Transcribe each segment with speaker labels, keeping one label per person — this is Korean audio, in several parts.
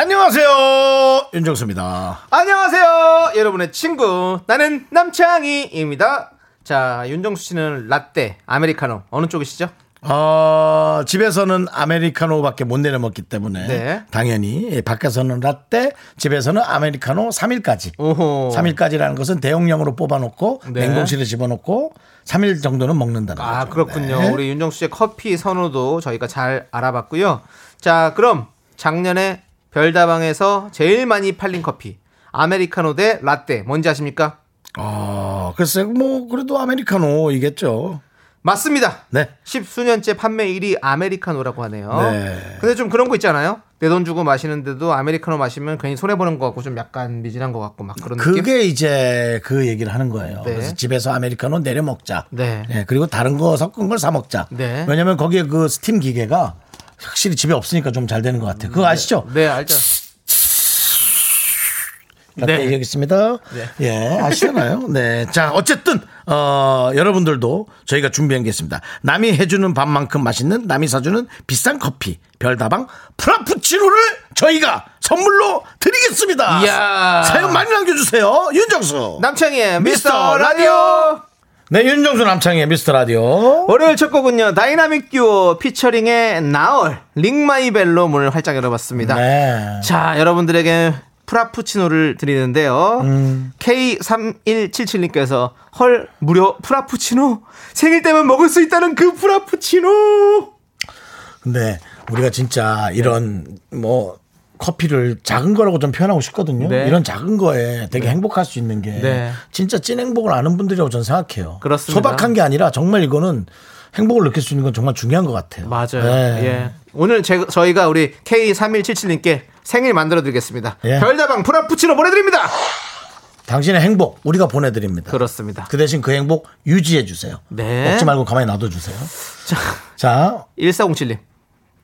Speaker 1: 안녕하세요 윤정수입니다
Speaker 2: 안녕하세요, 여러분의 친구 나는 남창희입니다. 자, 윤정수 씨는 라떼, 아메리카노 어느 쪽이시죠?
Speaker 1: 어, 집에서는 아메리카노밖에 못 내려 먹기 때문에
Speaker 2: 네.
Speaker 1: 당연히 예, 밖에서는 라떼 집에서는 아메리카노 3일까지
Speaker 2: 오호.
Speaker 1: 3일까지라는 것은 대용량으로 뽑아놓고
Speaker 2: 네.
Speaker 1: 냉동실에 집어넣고 3일 정도는 먹는다는
Speaker 2: 아
Speaker 1: 거죠.
Speaker 2: 그렇군요.
Speaker 1: 네.
Speaker 2: 우리 윤정수 씨의 커피 선호도 저희가 잘 알아봤고요. 자, 그럼 작년에 별다방에서 제일 많이 팔린 커피 아메리카노 대 라떼 뭔지 아십니까?
Speaker 1: 아, 글쎄 뭐 그래도 아메리카노이겠죠.
Speaker 2: 맞습니다.
Speaker 1: 네.
Speaker 2: 십수년째 판매 1위 아메리카노라고 하네요.
Speaker 1: 네.
Speaker 2: 근데 좀 그런 거 있잖아요. 내 돈 주고 마시는데도 아메리카노 마시면 괜히 손해 보는 거 같고 좀 약간 미진한 거 같고 막 그런 느낌.
Speaker 1: 그게 이제 그 얘기를 하는 거예요.
Speaker 2: 네.
Speaker 1: 그래서 집에서 아메리카노 내려 먹자.
Speaker 2: 네.
Speaker 1: 예, 그리고 다른 거 섞은 걸 사 먹자.
Speaker 2: 네.
Speaker 1: 왜냐면 거기에 그 스팀 기계가 확실히 집에 없으니까 좀 잘 되는 것 같아요. 그거 아시죠?
Speaker 2: 네, 알죠.
Speaker 1: 라떼
Speaker 2: 네.
Speaker 1: 여기 있습니다. 예, 아시잖아요. 네. 자, 어쨌든, 어, 여러분들도 저희가 준비한 게 있습니다. 남이 해주는 밥만큼 맛있는 남이 사주는 비싼 커피, 별다방 프라푸치노를 저희가 선물로 드리겠습니다.
Speaker 2: 이야.
Speaker 1: 사연 많이 남겨주세요. 윤정수.
Speaker 2: 남창희의
Speaker 1: 미스터
Speaker 2: 미스터 라디오.
Speaker 1: 네, 윤정수 남창의 미스터 라디오.
Speaker 2: 월요일 첫 곡은요 다이나믹 듀오 피처링의 나얼 링마이벨로 문을 활짝 열어봤습니다
Speaker 1: 네.
Speaker 2: 자 여러분들에게 프라푸치노를 드리는데요
Speaker 1: 음.
Speaker 2: K3177님께서 헐 무려 프라푸치노 생일 때만 먹을 수 있다는 그 프라푸치노
Speaker 1: 근데 우리가 진짜 이런 뭐 커피를 작은 거라고 좀 표현하고 싶거든요.
Speaker 2: 네.
Speaker 1: 이런 작은 거에 되게 행복할 수 있는 게
Speaker 2: 네.
Speaker 1: 진짜 찐 행복을 아는 분들이라고 저는 생각해요.
Speaker 2: 그렇습니다.
Speaker 1: 소박한 게 아니라 정말 이거는 행복을 느낄 수 있는 건 정말 중요한 것 같아요.
Speaker 2: 맞아요
Speaker 1: 네.
Speaker 2: 예. 오늘 제- 저희가 우리 K3177님께 생일 만들어 드리겠습니다
Speaker 1: 예.
Speaker 2: 별다방 프라푸치노 보내드립니다
Speaker 1: 당신의 행복 우리가 보내드립니다.
Speaker 2: 그렇습니다
Speaker 1: 그 대신 그 행복 유지해 주세요.
Speaker 2: 네.
Speaker 1: 먹지 말고 가만히 놔둬 주세요.
Speaker 2: 자
Speaker 1: 자,
Speaker 2: 1407님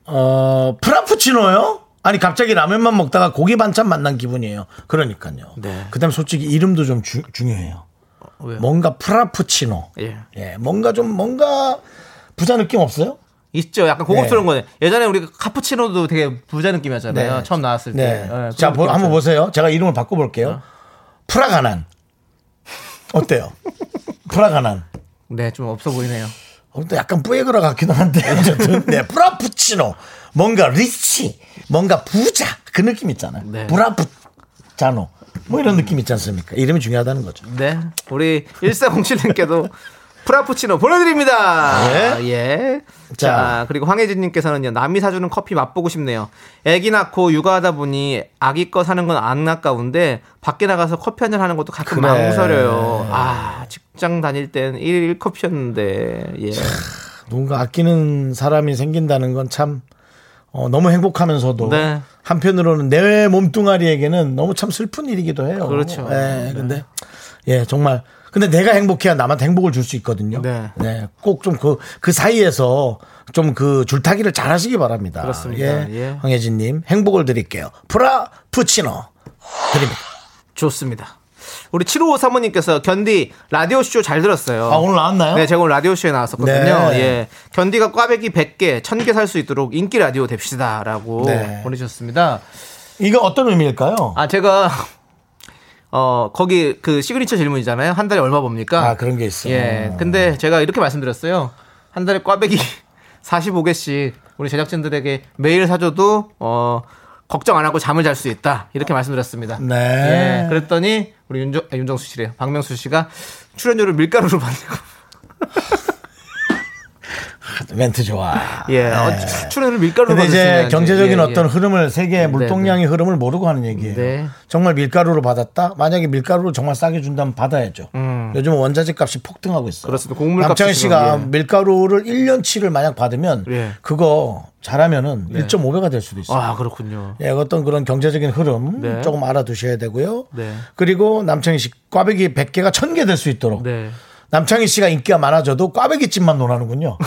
Speaker 1: 어, 프라푸치노요? 아니 갑자기 라면만 먹다가 고기 반찬 만난 기분이에요. 그러니까요.
Speaker 2: 네.
Speaker 1: 그다음 솔직히 이름도 좀 주- 중요해요.
Speaker 2: 왜요?
Speaker 1: 뭔가 프라푸치노.
Speaker 2: 뭐? 예.
Speaker 1: 예, 뭔가 좀 뭔가 부자 느낌 없어요?
Speaker 2: 있죠. 약간 고급스러운 거네. 예전에 우리 카푸치노도 되게 부자 느낌이었잖아요. 처음 나왔을 때.
Speaker 1: 네.
Speaker 2: 예, 그런
Speaker 1: 자, 보- 한번
Speaker 2: 느낌이었잖아요. 어.
Speaker 1: 보세요. 제가 이름을 바꿔볼게요. 프라가난. 어때요? 프라가난.
Speaker 2: 네, 좀 없어 보이네요.
Speaker 1: 어, 또 약간 뿌에그라 같기도 한데 어쨌든 네 프라푸치노 뭔가 리치 뭔가 부자 그 느낌 있잖아요
Speaker 2: 네.
Speaker 1: 브라푸자노 뭐 이런 느낌 있지 않습니까 이름이 중요하다는 거죠
Speaker 2: 네. 우리 1407님께도 프라푸치노 보내드립니다.
Speaker 1: 예.
Speaker 2: 예.
Speaker 1: 자.
Speaker 2: 자, 그리고 황혜진님께서는요, 남이 사주는 커피 맛보고 싶네요. 애기 낳고 육아하다 보니 아기 거 사는 건 안 아까운데 밖에 나가서 커피 한잔 하는 것도 가끔
Speaker 1: 그래.
Speaker 2: 망설여요. 아, 직장 다닐 땐 1일 1커피였는데. 예.
Speaker 1: 누군가 아끼는 사람이 생긴다는 건 참 어, 너무 행복하면서도
Speaker 2: 네.
Speaker 1: 한편으로는 내 몸뚱아리에게는 너무 참 슬픈 일이기도 해요
Speaker 2: 그렇죠.
Speaker 1: 예 근데 예 정말 근데 내가 행복해야 남한테 행복을 줄 수 있거든요
Speaker 2: 네.
Speaker 1: 꼭 좀 그 그 사이에서 좀 그 줄타기를 잘 하시기 바랍니다
Speaker 2: 그렇습니다. 예.
Speaker 1: 황혜진님 행복을 드릴게요. 프라푸치노
Speaker 2: 어.
Speaker 1: 드립니다.
Speaker 2: 좋습니다. 우리 755 사모님께서 견디 라디오 쇼 잘 들었어요.
Speaker 1: 아 오늘 나왔나요?
Speaker 2: 네, 제가 오늘 라디오 쇼에 나왔었거든요.
Speaker 1: 네.
Speaker 2: 예. 견디가 꽈배기 100개, 1000개 살 수 있도록 인기 라디오 됩시다라고
Speaker 1: 네.
Speaker 2: 보내주셨습니다.
Speaker 1: 이거 어떤 의미일까요?
Speaker 2: 아, 제가 어, 거기 그 시그니처 질문이잖아요. 한 달에 얼마 봅니까?
Speaker 1: 아, 그런 게 있어요.
Speaker 2: 예. 근데 제가 이렇게 말씀드렸어요. 한 달에 꽈배기 45개씩 우리 제작진들에게 매일 사줘도 어, 걱정 안 하고 잠을 잘 수 있다. 이렇게 말씀드렸습니다.
Speaker 1: 네.
Speaker 2: 예, 그랬더니 우리 윤정, 아, 윤정수 씨래요. 박명수 씨가 출연료를 밀가루로 받냐고.
Speaker 1: 멘트 좋아.
Speaker 2: 예. 어,
Speaker 1: 네.
Speaker 2: 추- 출연료를 밀가루로
Speaker 1: 근데
Speaker 2: 받으시면
Speaker 1: 이제
Speaker 2: 안 돼요.
Speaker 1: 경제적인
Speaker 2: 예,
Speaker 1: 어떤
Speaker 2: 예.
Speaker 1: 흐름을 세계의 물동량의 흐름을 모르고 하는 얘기예요.
Speaker 2: 네.
Speaker 1: 정말 밀가루로 받았다. 만약에 밀가루를 정말 싸게 준다면 받아야죠. 요즘 원자재 값이 폭등하고 있어요.
Speaker 2: 음. 그렇습니다. 곡물 값이
Speaker 1: 남창희
Speaker 2: 지금,
Speaker 1: 씨가
Speaker 2: 예.
Speaker 1: 밀가루를 1년치를 만약 받으면
Speaker 2: 예. 네.
Speaker 1: 그거 잘하면은 1.5배가 될 수도 있어요.
Speaker 2: 아 그렇군요.
Speaker 1: 예, 어떤 그런 경제적인 흐름
Speaker 2: 네.
Speaker 1: 조금 알아두셔야 되고요.
Speaker 2: 네.
Speaker 1: 그리고 남창희 씨 꽈배기 100개가 1000개 될 수 있도록
Speaker 2: 네.
Speaker 1: 남창희 씨가 인기가 많아져도 꽈배기 집만 논하는군요.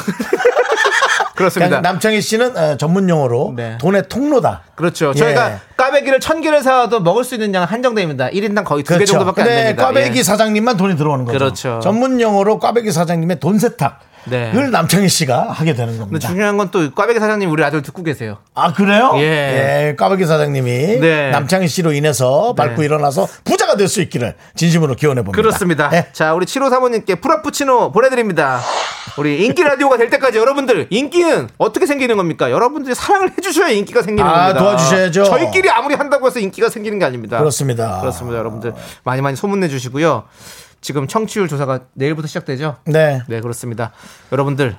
Speaker 2: 그렇습니다.
Speaker 1: 그냥 남창희 씨는 어, 전문 용어로
Speaker 2: 네.
Speaker 1: 돈의 통로다.
Speaker 2: 그렇죠.
Speaker 1: 예.
Speaker 2: 저희가 꽈배기를 천 개를 사와도 먹을 수 있는 양은 한정됩니다. 1인당 거의 두 개
Speaker 1: 그렇죠.
Speaker 2: 정도밖에 안
Speaker 1: 근데
Speaker 2: 됩니다.
Speaker 1: 꽈배기
Speaker 2: 예.
Speaker 1: 사장님만 돈이 들어오는 거죠.
Speaker 2: 그렇죠.
Speaker 1: 전문 용어로 꽈배기 사장님의 돈 세탁을
Speaker 2: 네.
Speaker 1: 남창희 씨가 하게 되는
Speaker 2: 근데
Speaker 1: 겁니다.
Speaker 2: 중요한 건 또 꽈배기 사장님 우리 아들 듣고 계세요.
Speaker 1: 아 그래요?
Speaker 2: 예.
Speaker 1: 예, 꽈배기 사장님이
Speaker 2: 네.
Speaker 1: 남창희 씨로 인해서 밟고
Speaker 2: 네.
Speaker 1: 일어나서 부자가 될 수 있기를 진심으로 기원해 봅니다.
Speaker 2: 그렇습니다.
Speaker 1: 예.
Speaker 2: 자, 우리 7호 사모님께 프라푸치노 보내드립니다. 우리 인기 라디오가 될 때까지 여러분들 인기는 어떻게 생기는 겁니까? 여러분들이 사랑을 해주셔야 인기가 생기는
Speaker 1: 아,
Speaker 2: 겁니다.
Speaker 1: 도와주셔야죠.
Speaker 2: 저희끼리 아무리 한다고 해서 인기가 생기는 게 아닙니다.
Speaker 1: 그렇습니다.
Speaker 2: 그렇습니다. 여러분들 많이 많이 소문내 주시고요. 지금 청취율 조사가 내일부터 시작되죠?
Speaker 1: 네.
Speaker 2: 네, 그렇습니다. 여러분들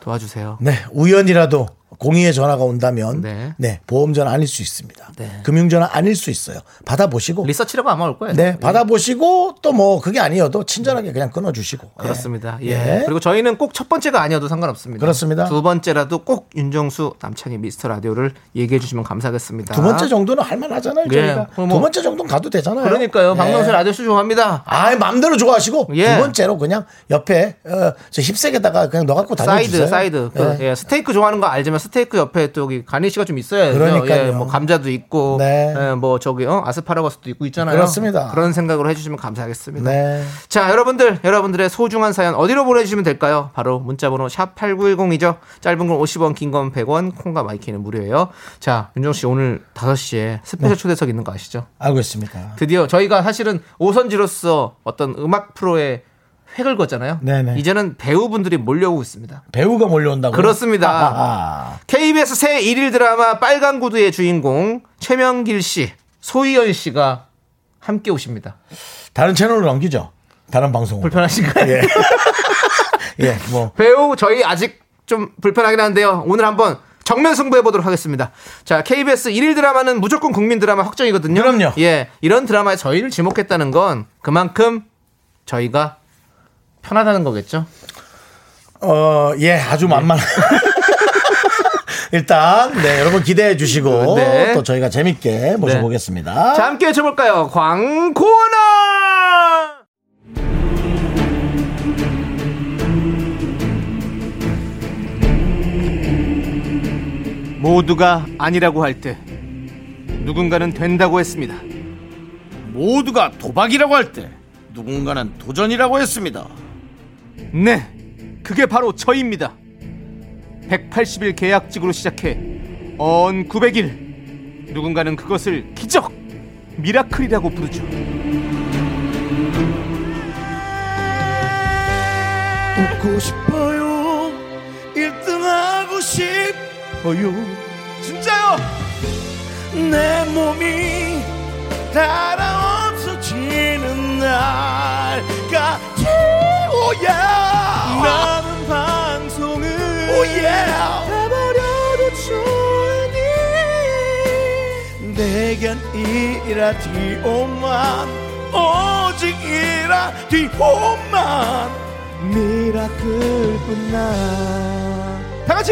Speaker 2: 도와주세요.
Speaker 1: 네, 우연이라도 공의의 전화가 온다면
Speaker 2: 네.
Speaker 1: 네, 보험 전화 아닐 수 있습니다.
Speaker 2: 네.
Speaker 1: 금융 전화 아닐 수 있어요. 받아보시고
Speaker 2: 리서치라고 아마 올 거예요.
Speaker 1: 네, 받아보시고 또 뭐 그게 아니어도 친절하게 그냥 끊어주시고 예.
Speaker 2: 그렇습니다. 예. 그리고 저희는 꼭 첫 번째가 아니어도 상관없습니다.
Speaker 1: 그렇습니다.
Speaker 2: 두 번째라도 꼭 윤정수 남창희 미스터 라디오를 얘기해 주시면 감사하겠습니다.
Speaker 1: 두 번째 정도는 할만하잖아요.
Speaker 2: 예,
Speaker 1: 저희가
Speaker 2: 그럼 뭐-
Speaker 1: 두 번째 정도는 가도 되잖아요.
Speaker 2: 그러니까요.
Speaker 1: 예.
Speaker 2: 박명수 라디오쇼 좋아합니다.
Speaker 1: 아이 마음대로 좋아하시고
Speaker 2: 예.
Speaker 1: 두 번째로 그냥 옆에 어, 저 힙색에다가 그냥 너 갖고 다녀
Speaker 2: 사이드,
Speaker 1: 주세요.
Speaker 2: 사이드. 그,
Speaker 1: 예.
Speaker 2: 예, 스테이크 좋아하는 거 알지만 스테이크 옆에 또 여기 가니쉬가 좀 있어야
Speaker 1: 그러니까요.
Speaker 2: 예, 뭐 감자도 있고,
Speaker 1: 네.
Speaker 2: 예, 뭐 저기 어? 아스파라거스도 있고 있잖아요.
Speaker 1: 그렇습니다.
Speaker 2: 그런 생각으로 해주시면 감사하겠습니다.
Speaker 1: 네.
Speaker 2: 자, 여러분들, 여러분들의 소중한 사연 어디로 보내주시면 될까요? 바로 문자번호 샵8910이죠. 짧은 건 50원, 긴 건 100원, 콩과 마이키는 무료예요. 자, 윤정씨 오늘 5시에
Speaker 1: 네.
Speaker 2: 스페셜 초대석 있는 거 아시죠?
Speaker 1: 알고 있습니다.
Speaker 2: 드디어 저희가 사실은 오선지로서 어떤 음악 프로에 획을 걷잖아요.
Speaker 1: 네네.
Speaker 2: 이제는 배우분들이 몰려오고 있습니다.
Speaker 1: 배우가 몰려온다고.
Speaker 2: 그렇습니다.
Speaker 1: 아하.
Speaker 2: KBS 새 일일 드라마 빨간 구두의 주인공 최명길 씨, 소희연 씨가 함께 오십니다.
Speaker 1: 다른 채널로 넘기죠. 다른 방송으로.
Speaker 2: 불편하신가요?
Speaker 1: 예. 예, 뭐
Speaker 2: 배우 저희 아직 좀 불편하긴 한데요. 오늘 한번 정면 승부해 보도록 하겠습니다. 자, KBS 일일 드라마는 무조건 국민 드라마 확정이거든요.
Speaker 1: 그럼요.
Speaker 2: 예, 이런 드라마에 저희를 지목했다는 건 그만큼 저희가 편하다는 거겠죠.
Speaker 1: 어, 예, 아주
Speaker 2: 네.
Speaker 1: 만만. 일단 네, 여러분 기대해 주시고
Speaker 2: 네.
Speaker 1: 또 저희가 재밌게 모셔보겠습니다.
Speaker 2: 자, 함께 해줘볼까요? 광고나! 모두가 아니라고 할 때, 누군가는 된다고 했습니다.
Speaker 3: 모두가 도박이라고 할 때 누군가는 도전이라고 했습니다.
Speaker 2: 네, 그게 바로 저입니다. 180일 계약직으로 시작해 언 900일 누군가는 그것을 기적 미라클이라고 부르죠.
Speaker 3: 웃고 싶어요. 1등하고 싶어요. 진짜요? 내 몸이 달아 없어지는 날까지 오야 나는 방송을 오야 해버려도 좋으니 내겐 이 라디오만 오직 이 라디오만 미라클뿐나 다 같이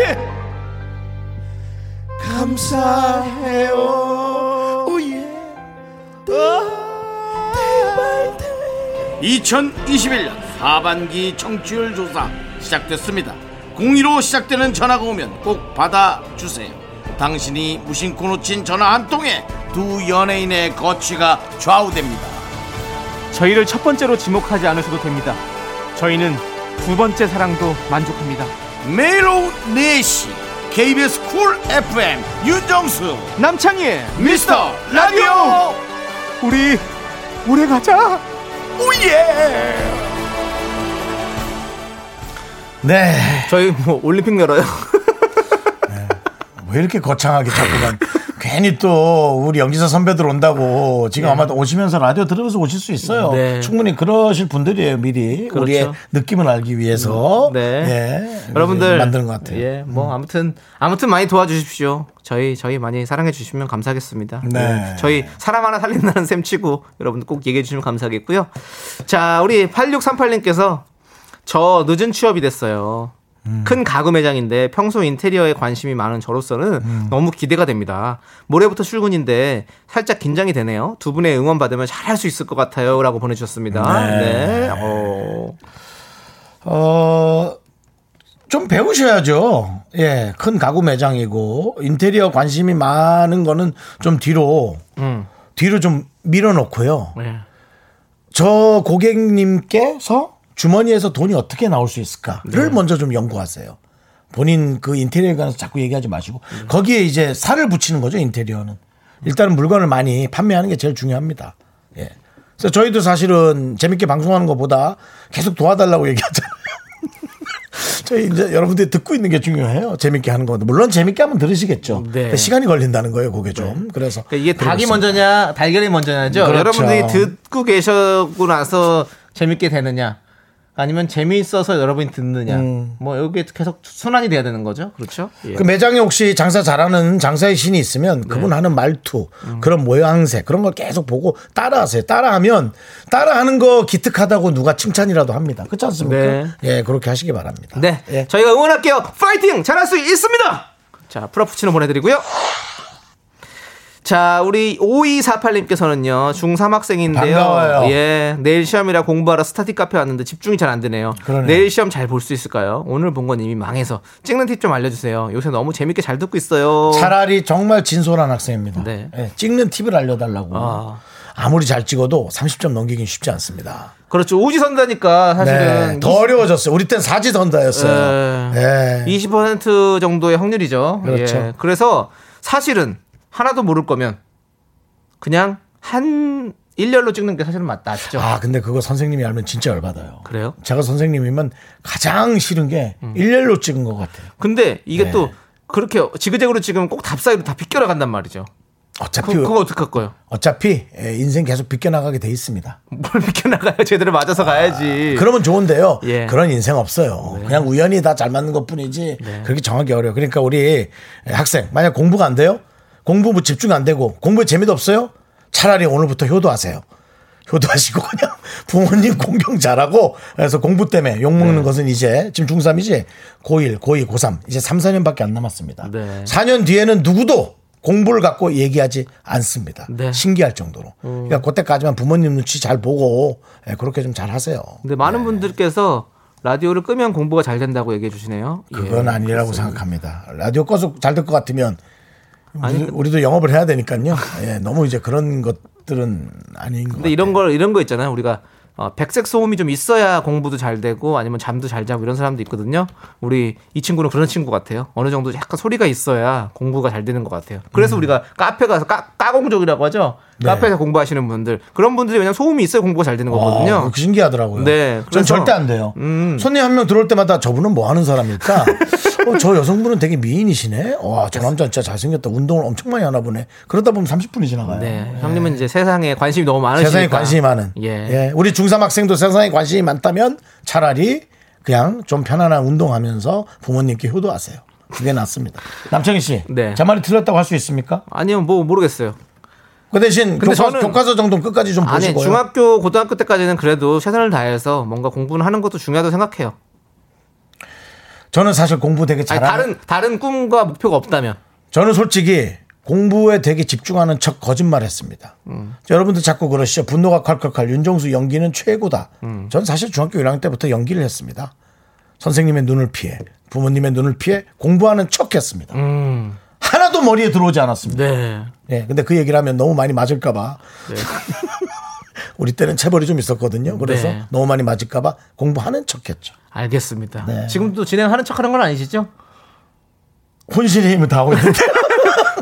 Speaker 3: 감사해요 오예
Speaker 4: 2021년 하반기 청취율 조사 시작됐습니다. 공의로 시작되는 전화가 오면 꼭 받아주세요. 당신이 무심코 놓친 전화 한 통에 두 연예인의 거취가 좌우됩니다.
Speaker 2: 저희를 첫 번째로 지목하지 않으셔도 됩니다. 저희는 두 번째 사랑도 만족합니다.
Speaker 4: 매일 오후 4시 KBS 쿨 FM 윤정수
Speaker 2: 남창희의
Speaker 4: 미스터 라디오
Speaker 2: 우리 오래 가자.
Speaker 1: 네.
Speaker 2: 저희 뭐 올림픽 열어요.
Speaker 1: 왜 이렇게 거창하게 자꾸만 괜히 또 우리 연기사 선배들 온다고 지금 아마 오시면서 라디오 들으면서 오실 수 있어요.
Speaker 2: 네.
Speaker 1: 충분히 그러실 분들이에요 미리
Speaker 2: 그렇죠.
Speaker 1: 우리의 느낌을 알기 위해서.
Speaker 2: 네.
Speaker 1: 어? 예,
Speaker 2: 여러분들
Speaker 1: 만드는 것 같아요. 음.
Speaker 2: 예, 뭐 아무튼 아무튼 많이 도와주십시오. 저희 저희 많이 사랑해 주시면 감사하겠습니다.
Speaker 1: 네.
Speaker 2: 예, 저희 사람 하나 살린다는 셈 치고 여러분 꼭 얘기해 주시면 감사하겠고요. 자, 우리 8638님께서 저 늦은 취업이 됐어요.
Speaker 1: 음.
Speaker 2: 큰 가구 매장인데 평소 인테리어에 관심이 많은 저로서는
Speaker 1: 음.
Speaker 2: 너무 기대가 됩니다. 모레부터 출근인데 살짝 긴장이 되네요. 두 분의 응원 받으면 잘할 수 있을 것 같아요라고 보내주셨습니다.
Speaker 1: 네.
Speaker 2: 네. 어.
Speaker 1: 어, 좀 배우셔야죠. 예, 큰 가구 매장이고 인테리어 관심이 많은 거는 좀 뒤로
Speaker 2: 음.
Speaker 1: 뒤로 좀 밀어놓고요.
Speaker 2: 네.
Speaker 1: 저 고객님께서 주머니에서 돈이 어떻게 나올 수 있을까를
Speaker 2: 네.
Speaker 1: 먼저 좀 연구하세요. 본인 그 인테리어에 관해서 자꾸 얘기하지 마시고 거기에 이제 살을 붙이는 거죠 인테리어는. 일단은 물건을 많이 판매하는 게 제일 중요합니다. 예. 그래서 저희도 사실은 재밌게 방송하는 것보다 계속 도와달라고 얘기하잖아요. 저희 이제 여러분들이 듣고 있는 게 중요해요. 재밌게 하는 건 물론 재밌게 하면 들으시겠죠.
Speaker 2: 네.
Speaker 1: 근데 시간이 걸린다는 거예요, 그게 좀. 그래서
Speaker 2: 그러니까 이게 닭이
Speaker 1: 그렇습니다.
Speaker 2: 먼저냐 달걀이 먼저냐죠.
Speaker 1: 그렇죠.
Speaker 2: 여러분들이 듣고 계셨고 나서 재밌게 되느냐 아니면 재미있어서 여러분이 듣느냐 뭐 여기에 계속 순환이 돼야 되는 거죠. 그렇죠? 예.
Speaker 1: 음.
Speaker 2: 네.
Speaker 1: 그 매장에 혹시 장사 잘하는 장사의 신이 있으면 그분 하는 말투,
Speaker 2: 음.
Speaker 1: 그런 모양새, 그런 걸 계속 보고 따라하세요. 따라하면 따라하는 거 기특하다고 누가 칭찬이라도 합니다. 그렇지 않습니까?
Speaker 2: 네.
Speaker 1: 예, 그렇게 하시기 바랍니다.
Speaker 2: 네,
Speaker 1: 예.
Speaker 2: 저희가 응원할게요. 파이팅! 잘할 수 있습니다! 자, 프라푸치노 보내드리고요. 자, 우리 5248님께서는요, 중3학생인데요.
Speaker 1: 반가워요.
Speaker 2: 예, 내일 시험이라 공부하러 스타디 카페 왔는데 집중이 잘 안 되네요.
Speaker 1: 그러네요.
Speaker 2: 내일 시험 잘 볼 수 있을까요? 오늘 본 건 이미 망해서. 찍는 팁 좀 알려주세요. 요새 너무 재밌게 잘 듣고 있어요.
Speaker 1: 차라리 정말 진솔한 학생입니다.
Speaker 2: 네.
Speaker 1: 예, 찍는 팁을 알려달라고.
Speaker 2: 아.
Speaker 1: 아무리 잘 찍어도 30점 넘기긴 쉽지 않습니다.
Speaker 2: 그렇죠. 우지선다니까 사실은.
Speaker 1: 네, 더 어려워졌어요. 우리 땐 사지던다였어요.
Speaker 2: 네.
Speaker 1: 예.
Speaker 2: 20% 정도의 확률이죠.
Speaker 1: 그렇죠.
Speaker 2: 예. 그래서 사실은 하나도 모를 거면 그냥 한 일렬로 찍는 게 사실은 맞, 낫죠.
Speaker 1: 아, 근데 그거 선생님이 알면 진짜 열받아요.
Speaker 2: 그래요? 음.
Speaker 1: 제가 선생님이면 가장 싫은 게 일렬로 찍은 것 같아요.
Speaker 2: 근데 이게
Speaker 1: 네.
Speaker 2: 또 그렇게 지그재그로 찍으면 꼭 답사이로 다 비껴나 간단 말이죠.
Speaker 1: 어차피
Speaker 2: 그, 그거 어떡할 거예요?
Speaker 1: 어차피 예, 인생 계속 비껴나가게 돼 있습니다.
Speaker 2: 뭘 비껴나가요? 제대로 맞아서 가야지.
Speaker 1: 그러면 좋은데요.
Speaker 2: 예. 네.
Speaker 1: 그런 인생 없어요. 그냥 우연히 다 잘 맞는 것뿐이지 그렇게 정하기 어려워. 요 그러니까 우리 학생 만약 공부가 안 돼요, 공부 뭐 집중 안 되고 공부에 재미도 없어요. 차라리 오늘부터 효도하세요. 효도하시고 그냥 부모님 공경 잘하고 그래서 공부 때문에 욕
Speaker 2: 네.
Speaker 1: 먹는 것은 이제 지금 중3이지 고1, 고2, 고3 이제 3, 4년밖에 안 남았습니다.
Speaker 2: 네.
Speaker 1: 4년 뒤에는 누구도 공부를 갖고 얘기하지 않습니다.
Speaker 2: 네. 음.
Speaker 1: 신기할 정도로. 그러니까 그때까지만 부모님 눈치 잘 보고 예, 그렇게 좀 잘 하세요.
Speaker 2: 근데
Speaker 1: 네.
Speaker 2: 많은 분들께서 라디오를 끄면 공부가 잘 된다고 얘기해 주시네요. 예.
Speaker 1: 그건 아니라고 생각합니다. 라디오 꺼서 잘 될 것 같으면
Speaker 2: 아니,
Speaker 1: 우리, 우리도 영업을 해야 되니까요. 예, 너무 이제 그런 것들은 아닌 것
Speaker 2: 근데
Speaker 1: 같아요. 네.
Speaker 2: 이런 걸 이런 거 있잖아요. 우리가 어, 백색 소음이 좀 있어야 공부도 잘 되고 아니면 잠도 잘 자고 이런 사람도 있거든요. 우리 이 친구는 그런 친구 같아요. 어느 정도 약간 소리가 있어야 공부가 잘 되는 것 같아요. 그래서
Speaker 1: 음.
Speaker 2: 우리가 카페 가서 까, 까공족이라고 하죠.
Speaker 1: 네.
Speaker 2: 카페에서 공부하시는 분들 그런 분들이 그냥 소음이 있어야 공부가 잘 되는
Speaker 1: 아,
Speaker 2: 거거든요.
Speaker 1: 그거 신기하더라고요.
Speaker 2: 네,
Speaker 1: 전
Speaker 2: 그래서- 음.
Speaker 1: 절대 안 돼요. 손님 한 명 들어올 때마다 저분은 뭐 하는 사람일까? 어, 저 여성분은 되게 미인이시네. 와, 저 남자 진짜 잘생겼다. 운동을 엄청 많이 하나 보네. 그러다 보면 30분이 지나가요.
Speaker 2: 네, 형님은 이제 세상에 관심이 너무 많으시니까
Speaker 1: 세상에 관심이 많은.
Speaker 2: 예.
Speaker 1: 예. 우리 중3 학생도 세상에 관심이 많다면 차라리 그냥 좀 편안한 운동하면서 부모님께 효도하세요. 그게 낫습니다. 남창희 씨.
Speaker 2: 네.
Speaker 1: 제 말이 틀렸다고 할 수 있습니까?
Speaker 2: 아니요, 뭐 모르겠어요.
Speaker 1: 그 대신
Speaker 2: 근데
Speaker 1: 교과서,
Speaker 2: 저는-
Speaker 1: 교과서 정도는 끝까지 좀
Speaker 2: 아니
Speaker 1: 보시고요.
Speaker 2: 중학교 고등학교 때까지는 그래도 최선을 다해서 뭔가 공부는 하는 것도 중요하다고 생각해요.
Speaker 1: 저는 사실 공부 되게
Speaker 2: 아니,
Speaker 1: 잘하는
Speaker 2: 다른 다른 꿈과 목표가 없다면
Speaker 1: 저는 솔직히 공부에 되게 집중하는 척 거짓말했습니다. 여러분들 자꾸 그러시죠. 분노가 칼칼칼. 윤종수 연기는 최고다. 저는 사실 중학교 1학년 때부터 연기를 했습니다. 선생님의 눈을 피해, 부모님의 눈을 피해 공부하는 척했습니다. 하나도 머리에 들어오지 않았습니다.
Speaker 2: 네.
Speaker 1: 예, 근데 그 얘기를 하면 너무 많이 맞을까봐. 우리 때는 체벌이 좀 있었거든요. 그래서
Speaker 2: 네.
Speaker 1: 너무 많이 맞을까봐 공부하는 척했죠.
Speaker 2: 알겠습니다.
Speaker 1: 네.
Speaker 2: 지금도 진행하는 척하는 건 아니시죠?
Speaker 1: 혼신의 힘을 다하고 있는데.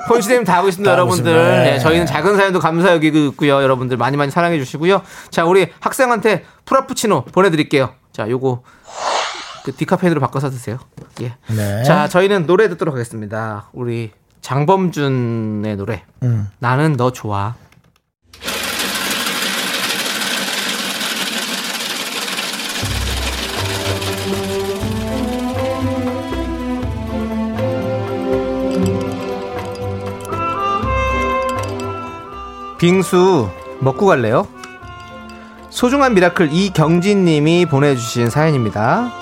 Speaker 2: 콘시대님 다 하고 있습니다,
Speaker 1: 다 하고
Speaker 2: 여러분들.
Speaker 1: 있습니다.
Speaker 2: 네,
Speaker 1: 네.
Speaker 2: 저희는 작은 사연도 감사 여기고 있고요, 여러분들 많이 많이 사랑해 주시고요. 자, 우리 학생한테 프라푸치노 보내드릴게요. 자, 요거 그 디카페인으로 바꿔서 드세요. 예.
Speaker 1: 네.
Speaker 2: 자, 저희는 노래 듣도록 하겠습니다. 우리 장범준의 노래
Speaker 1: 음.
Speaker 2: 나는 너 좋아 빙수 먹고 갈래요? 소중한 미라클 이경진님이 보내주신 사연입니다.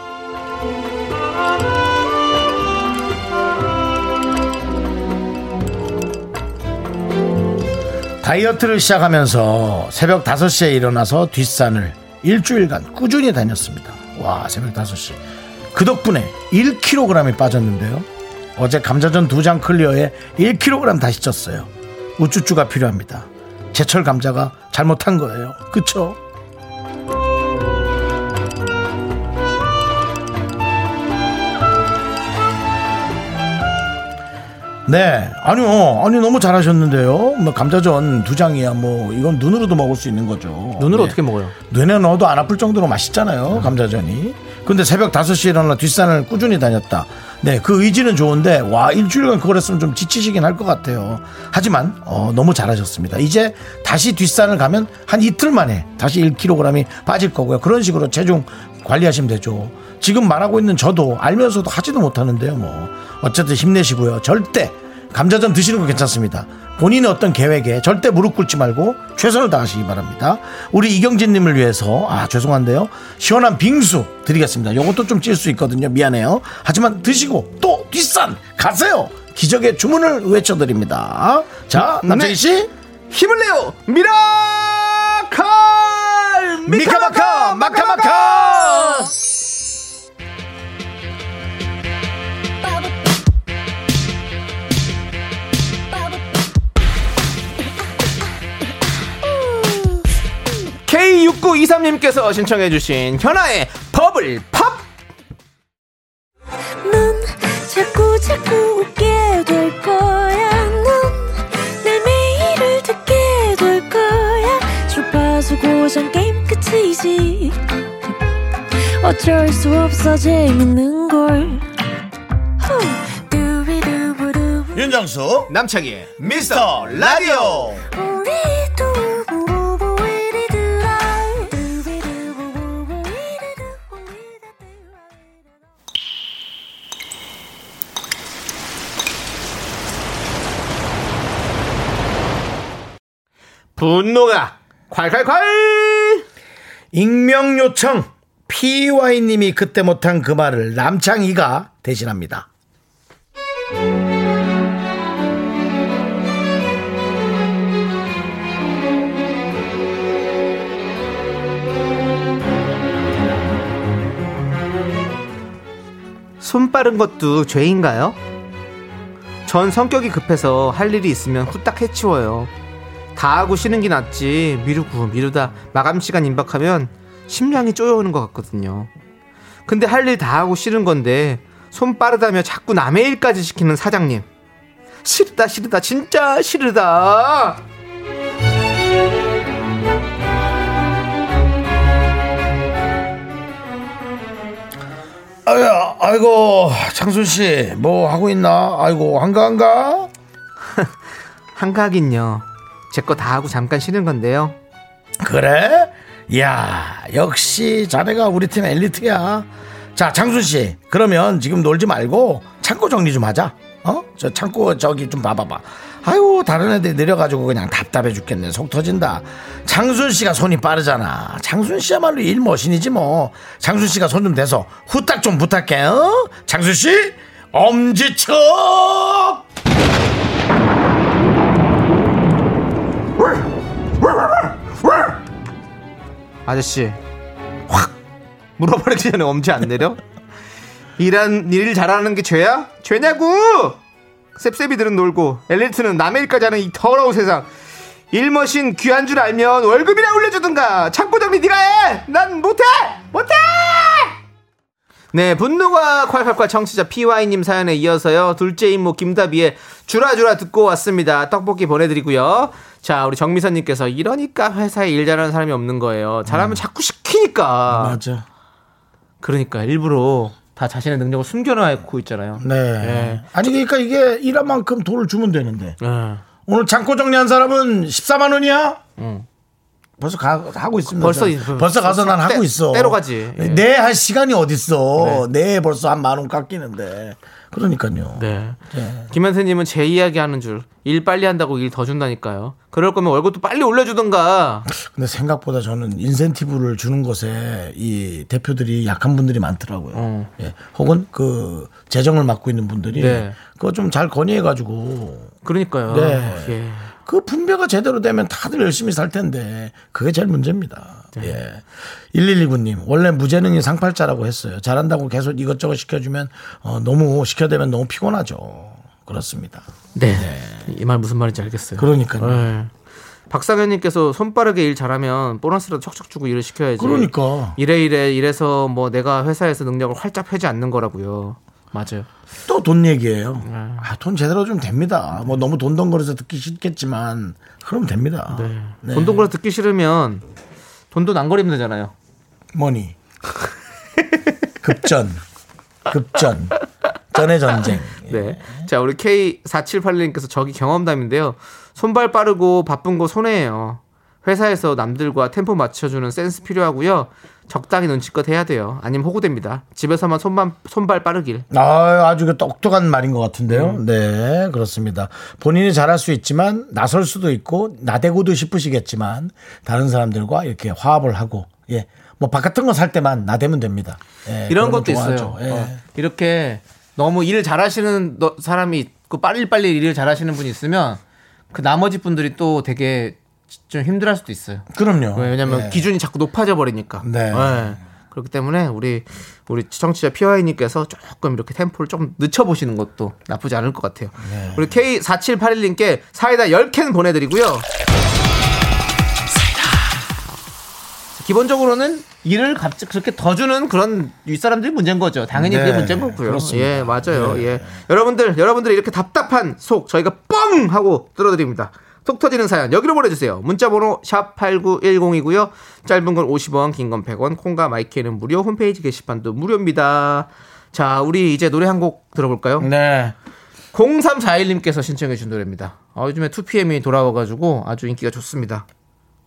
Speaker 1: 다이어트를 시작하면서 새벽 5시에 일어나서 뒷산을 일주일간 꾸준히 다녔습니다. 와, 새벽 5시. 그 덕분에 1kg이 빠졌는데요. 어제 감자전 두 장 클리어에 1kg 다시 쪘어요. 우쭈쭈가 필요합니다. 제철 감자가 잘못한 거예요. 그쵸? 네. 아니요. 아니, 너무 잘하셨는데요. 뭐, 감자전 두 장이야. 뭐, 이건 눈으로도 먹을 수 있는 거죠.
Speaker 2: 눈으로
Speaker 1: 네.
Speaker 2: 어떻게 먹어요?
Speaker 1: 눈에 넣어도 안 아플 정도로 맛있잖아요. 감자전이. 근데 새벽 5시에 일어나 뒷산을 꾸준히 다녔다. 네, 그 의지는 좋은데, 와, 일주일간 그걸 했으면 좀 지치시긴 할 것 같아요. 하지만, 어, 너무 잘하셨습니다. 이제 다시 뒷산을 가면 한 이틀 만에 다시 1kg이 빠질 거고요. 그런 식으로 체중 관리하시면 되죠. 지금 말하고 있는 저도 알면서도 하지도 못하는데요, 뭐. 어쨌든 힘내시고요. 절대 감자전 드시는 거 괜찮습니다. 본인의 어떤 계획에 절대 무릎 꿇지 말고 최선을 다하시기 바랍니다. 우리 이경진님을 위해서 아 죄송한데요 시원한 빙수 드리겠습니다. 요것도 좀 찔 수 있거든요. 미안해요. 하지만 드시고 또 뒷산 가세요. 기적의 주문을 외쳐드립니다. 자
Speaker 4: 네.
Speaker 1: 남창희 씨
Speaker 2: 힘을 내요 미라칼
Speaker 1: 미카마카 마카마카.
Speaker 2: K6923님께서 신청해주신 현아의 버블 팝
Speaker 5: 넌 자꾸 자꾸 웃게 될 거야. 넌내 매일을 듣게 될 거야. 주파수 고정 게임 끝이지. 어쩔 수 없어 재밌는 걸. 후. 두비두부두부.
Speaker 4: 윤정수
Speaker 2: 남창희의
Speaker 4: 미스터 라디오
Speaker 5: 우리 두부부부 우리 두라. 두비두부부부 우리 두부 우리 두라.
Speaker 2: 분노가 콸콸콸
Speaker 1: 익명 요청 PY님이 그때 못한 그 말을 남창희가 대신합니다.
Speaker 2: 손 빠른 것도 죄인가요? 전 성격이 급해서 할 일이 있으면 후딱 해치워요. 다 하고 쉬는 게 낫지 미루고 미루다 마감 시간 임박하면 심장이 쪼여오는 것 같거든요. 근데 할 일 다 하고 쉬는 건데 손 빠르다며 자꾸 남의 일까지 시키는 사장님. 싫다 싫다 진짜 싫다.
Speaker 1: 아야, 아이고, 창순 씨, 뭐 하고 있나? 아이고, 한가한가?
Speaker 2: 한가하긴요. 제 거 다 하고 잠깐 쉬는 건데요.
Speaker 1: 그래? 야, 역시 자네가 우리 팀 엘리트야. 자, 창순 씨, 그러면 지금 놀지 말고 창고 정리 좀 하자. 어? 저 창고 저기 좀 봐봐봐. 아유, 다른 애들이 내려가지고 그냥 답답해 죽겠네. 속 터진다. 창순 씨가 손이 빠르잖아. 창순 씨야말로 일 머신이지 뭐. 창순 씨가 손 좀 대서 후딱 좀 부탁해. 어? 창순 씨, 엄지척!
Speaker 2: 아저씨 확 물어버리기 전에 엄지 안 내려? 일한 일 잘하는 게 죄야? 죄냐고! 셉셉이들은 놀고 엘리트는 남의 일까지 하는 이 더러운 세상 일머신 귀한 줄 알면 월급이나 올려주든가 창고 정리 네가 해! 난 못해! 못해! 네, 분노가 콸콸콸 청취자 PY님 사연에 이어서요. 둘째 임모 김다비의 주라주라 듣고 왔습니다. 떡볶이 보내드리고요. 자, 우리 정미선님께서 이러니까 회사에 일 잘하는 사람이 없는 거예요. 잘하면 자꾸 시키니까.
Speaker 1: 맞아.
Speaker 2: 그러니까 일부러 다 자신의 능력을 숨겨놓고 있잖아요.
Speaker 1: 네.
Speaker 2: 네.
Speaker 1: 아니 그러니까 이게 일한 만큼 돈을 주면 되는데
Speaker 2: 예.
Speaker 1: 오늘 창고 정리한 사람은 14만 원이야. 벌써 가, 하고 있습니다.
Speaker 2: 벌써
Speaker 1: 저는.
Speaker 2: 이-
Speaker 1: 벌써 가서 난
Speaker 2: 때-
Speaker 1: 하고 있어. 네,
Speaker 2: 때로 가지. 예.
Speaker 1: 내 할 시간이 어딨어. 내 벌써 한 만 원 깎이는데. 그러니까요.
Speaker 2: 네. 김현태님은 제 이야기 하는 줄. 일 빨리 한다고 일 더 준다니까요. 그럴 거면 월급도 빨리 올려주든가.
Speaker 1: 근데 생각보다 저는 인센티브를 주는 것에 이 대표들이 약한 분들이 많더라고요.
Speaker 2: 어.
Speaker 1: 예. 혹은 그 재정을 맡고 있는 분들이
Speaker 2: 네.
Speaker 1: 그거 좀 잘 건의해가지고
Speaker 2: 그러니까요.
Speaker 1: 네.
Speaker 2: 예.
Speaker 1: 그 분배가 제대로 되면 다들 열심히 살 텐데 그게 제일 문제입니다.
Speaker 2: 네.
Speaker 1: 예. 1129님 원래 무재능이 상팔자라고 했어요. 잘한다고 계속 이것저것 시켜주면 어, 너무 시켜대면 너무 피곤하죠. 그렇습니다.
Speaker 2: 네. 이 말 무슨 말인지 알겠어요.
Speaker 1: 그러니까요.
Speaker 2: 예. 박상현님께서 손빠르게 일 잘하면 보너스라도 척척 주고 일을 시켜야지.
Speaker 1: 그러니까
Speaker 2: 이래 이래 이래서 뭐 내가 회사에서 능력을 활짝 펴지 않는 거라고요. 맞아요.
Speaker 1: 또 돈 얘기예요.
Speaker 2: 네.
Speaker 1: 아, 돈 제대로 좀 됩니다. 뭐 너무 돈덩거려서 듣기 싫겠지만 그럼 됩니다. 네.
Speaker 2: 돈동그라 듣기 싫으면 돈도 난거리면 되잖아요.
Speaker 1: 뭐니 급전 급전 전의 전쟁
Speaker 2: 네. 자, 우리 K4781님께서 저기 경험담인데요. 손발 빠르고 바쁜 거 손해예요. 회사에서 남들과 템포 맞춰주는 센스 필요하고요. 적당히 눈치껏 해야 돼요. 아니면 호구됩니다. 집에서만 손만, 손발 빠르길.
Speaker 1: 아, 아주 그 똑똑한 말인 것 같은데요.
Speaker 2: 음.
Speaker 1: 네, 그렇습니다. 본인이 잘할 수 있지만 나설 수도 있고 나대고도 싶으시겠지만 다른 사람들과 이렇게 화합을 하고 예, 뭐 바깥은 거 살 때만 나대면 됩니다. 예, 그런
Speaker 2: 이런
Speaker 1: 거
Speaker 2: 것도 있어요.
Speaker 1: 좋아하죠. 예.
Speaker 2: 어, 이렇게 너무 일을 잘하시는 너- 사람이 있고 빨리빨리 일을 잘하시는 분이 있으면 그 나머지 분들이 또 되게 좀 힘들할 수도 있어요.
Speaker 1: 그럼요.
Speaker 2: 왜냐면
Speaker 1: 예.
Speaker 2: 기준이 자꾸 높아져 버리니까.
Speaker 1: 네.
Speaker 2: 예. 그렇기 때문에 우리 우리 청취자 피와이님께서 조금 이렇게 템포를 조금 늦춰 보시는 것도 나쁘지 않을 것 같아요.
Speaker 1: 네.
Speaker 2: 우리 K 4781님께 사이다 10캔 보내드리고요. 자, 기본적으로는 일을 갑자기 그렇게 더 주는 그런 윗사람들이 문제인 거죠. 당연히
Speaker 1: 네,
Speaker 2: 그게 문제인 거고요.
Speaker 1: 그렇습니다. 네.
Speaker 2: 예, 맞아요. 예. 여러분들, 여러분들이 이렇게 답답한 속 저희가 뻥! 하고 뚫어드립니다. 톡 터지는 사연 여기로 보내주세요. 문자번호 샵 8910이고요. 짧은 건 50원, 긴 건 100원, 콩과 마이크는 무료, 홈페이지 게시판도 무료입니다. 자, 우리 이제 노래 한 곡 들어볼까요?
Speaker 1: 네.
Speaker 2: 0341님께서 신청해 준 노래입니다. 아, 요즘에 2PM이 돌아와가지고 아주 인기가 좋습니다.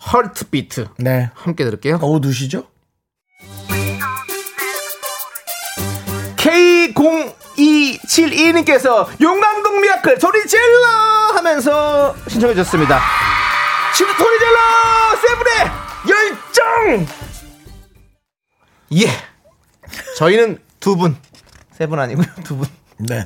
Speaker 2: 헐트비트
Speaker 1: 네.
Speaker 2: 함께 들을게요.
Speaker 1: 오후 2시죠?
Speaker 2: K0272님께서 용감동 미라클 소리 질러 하면서 신청해 주셨습니다. 지금 소리 질러 세븐의 열정! 예. 저희는 두 분. 세 분 아니고요. 두 분.
Speaker 1: 네.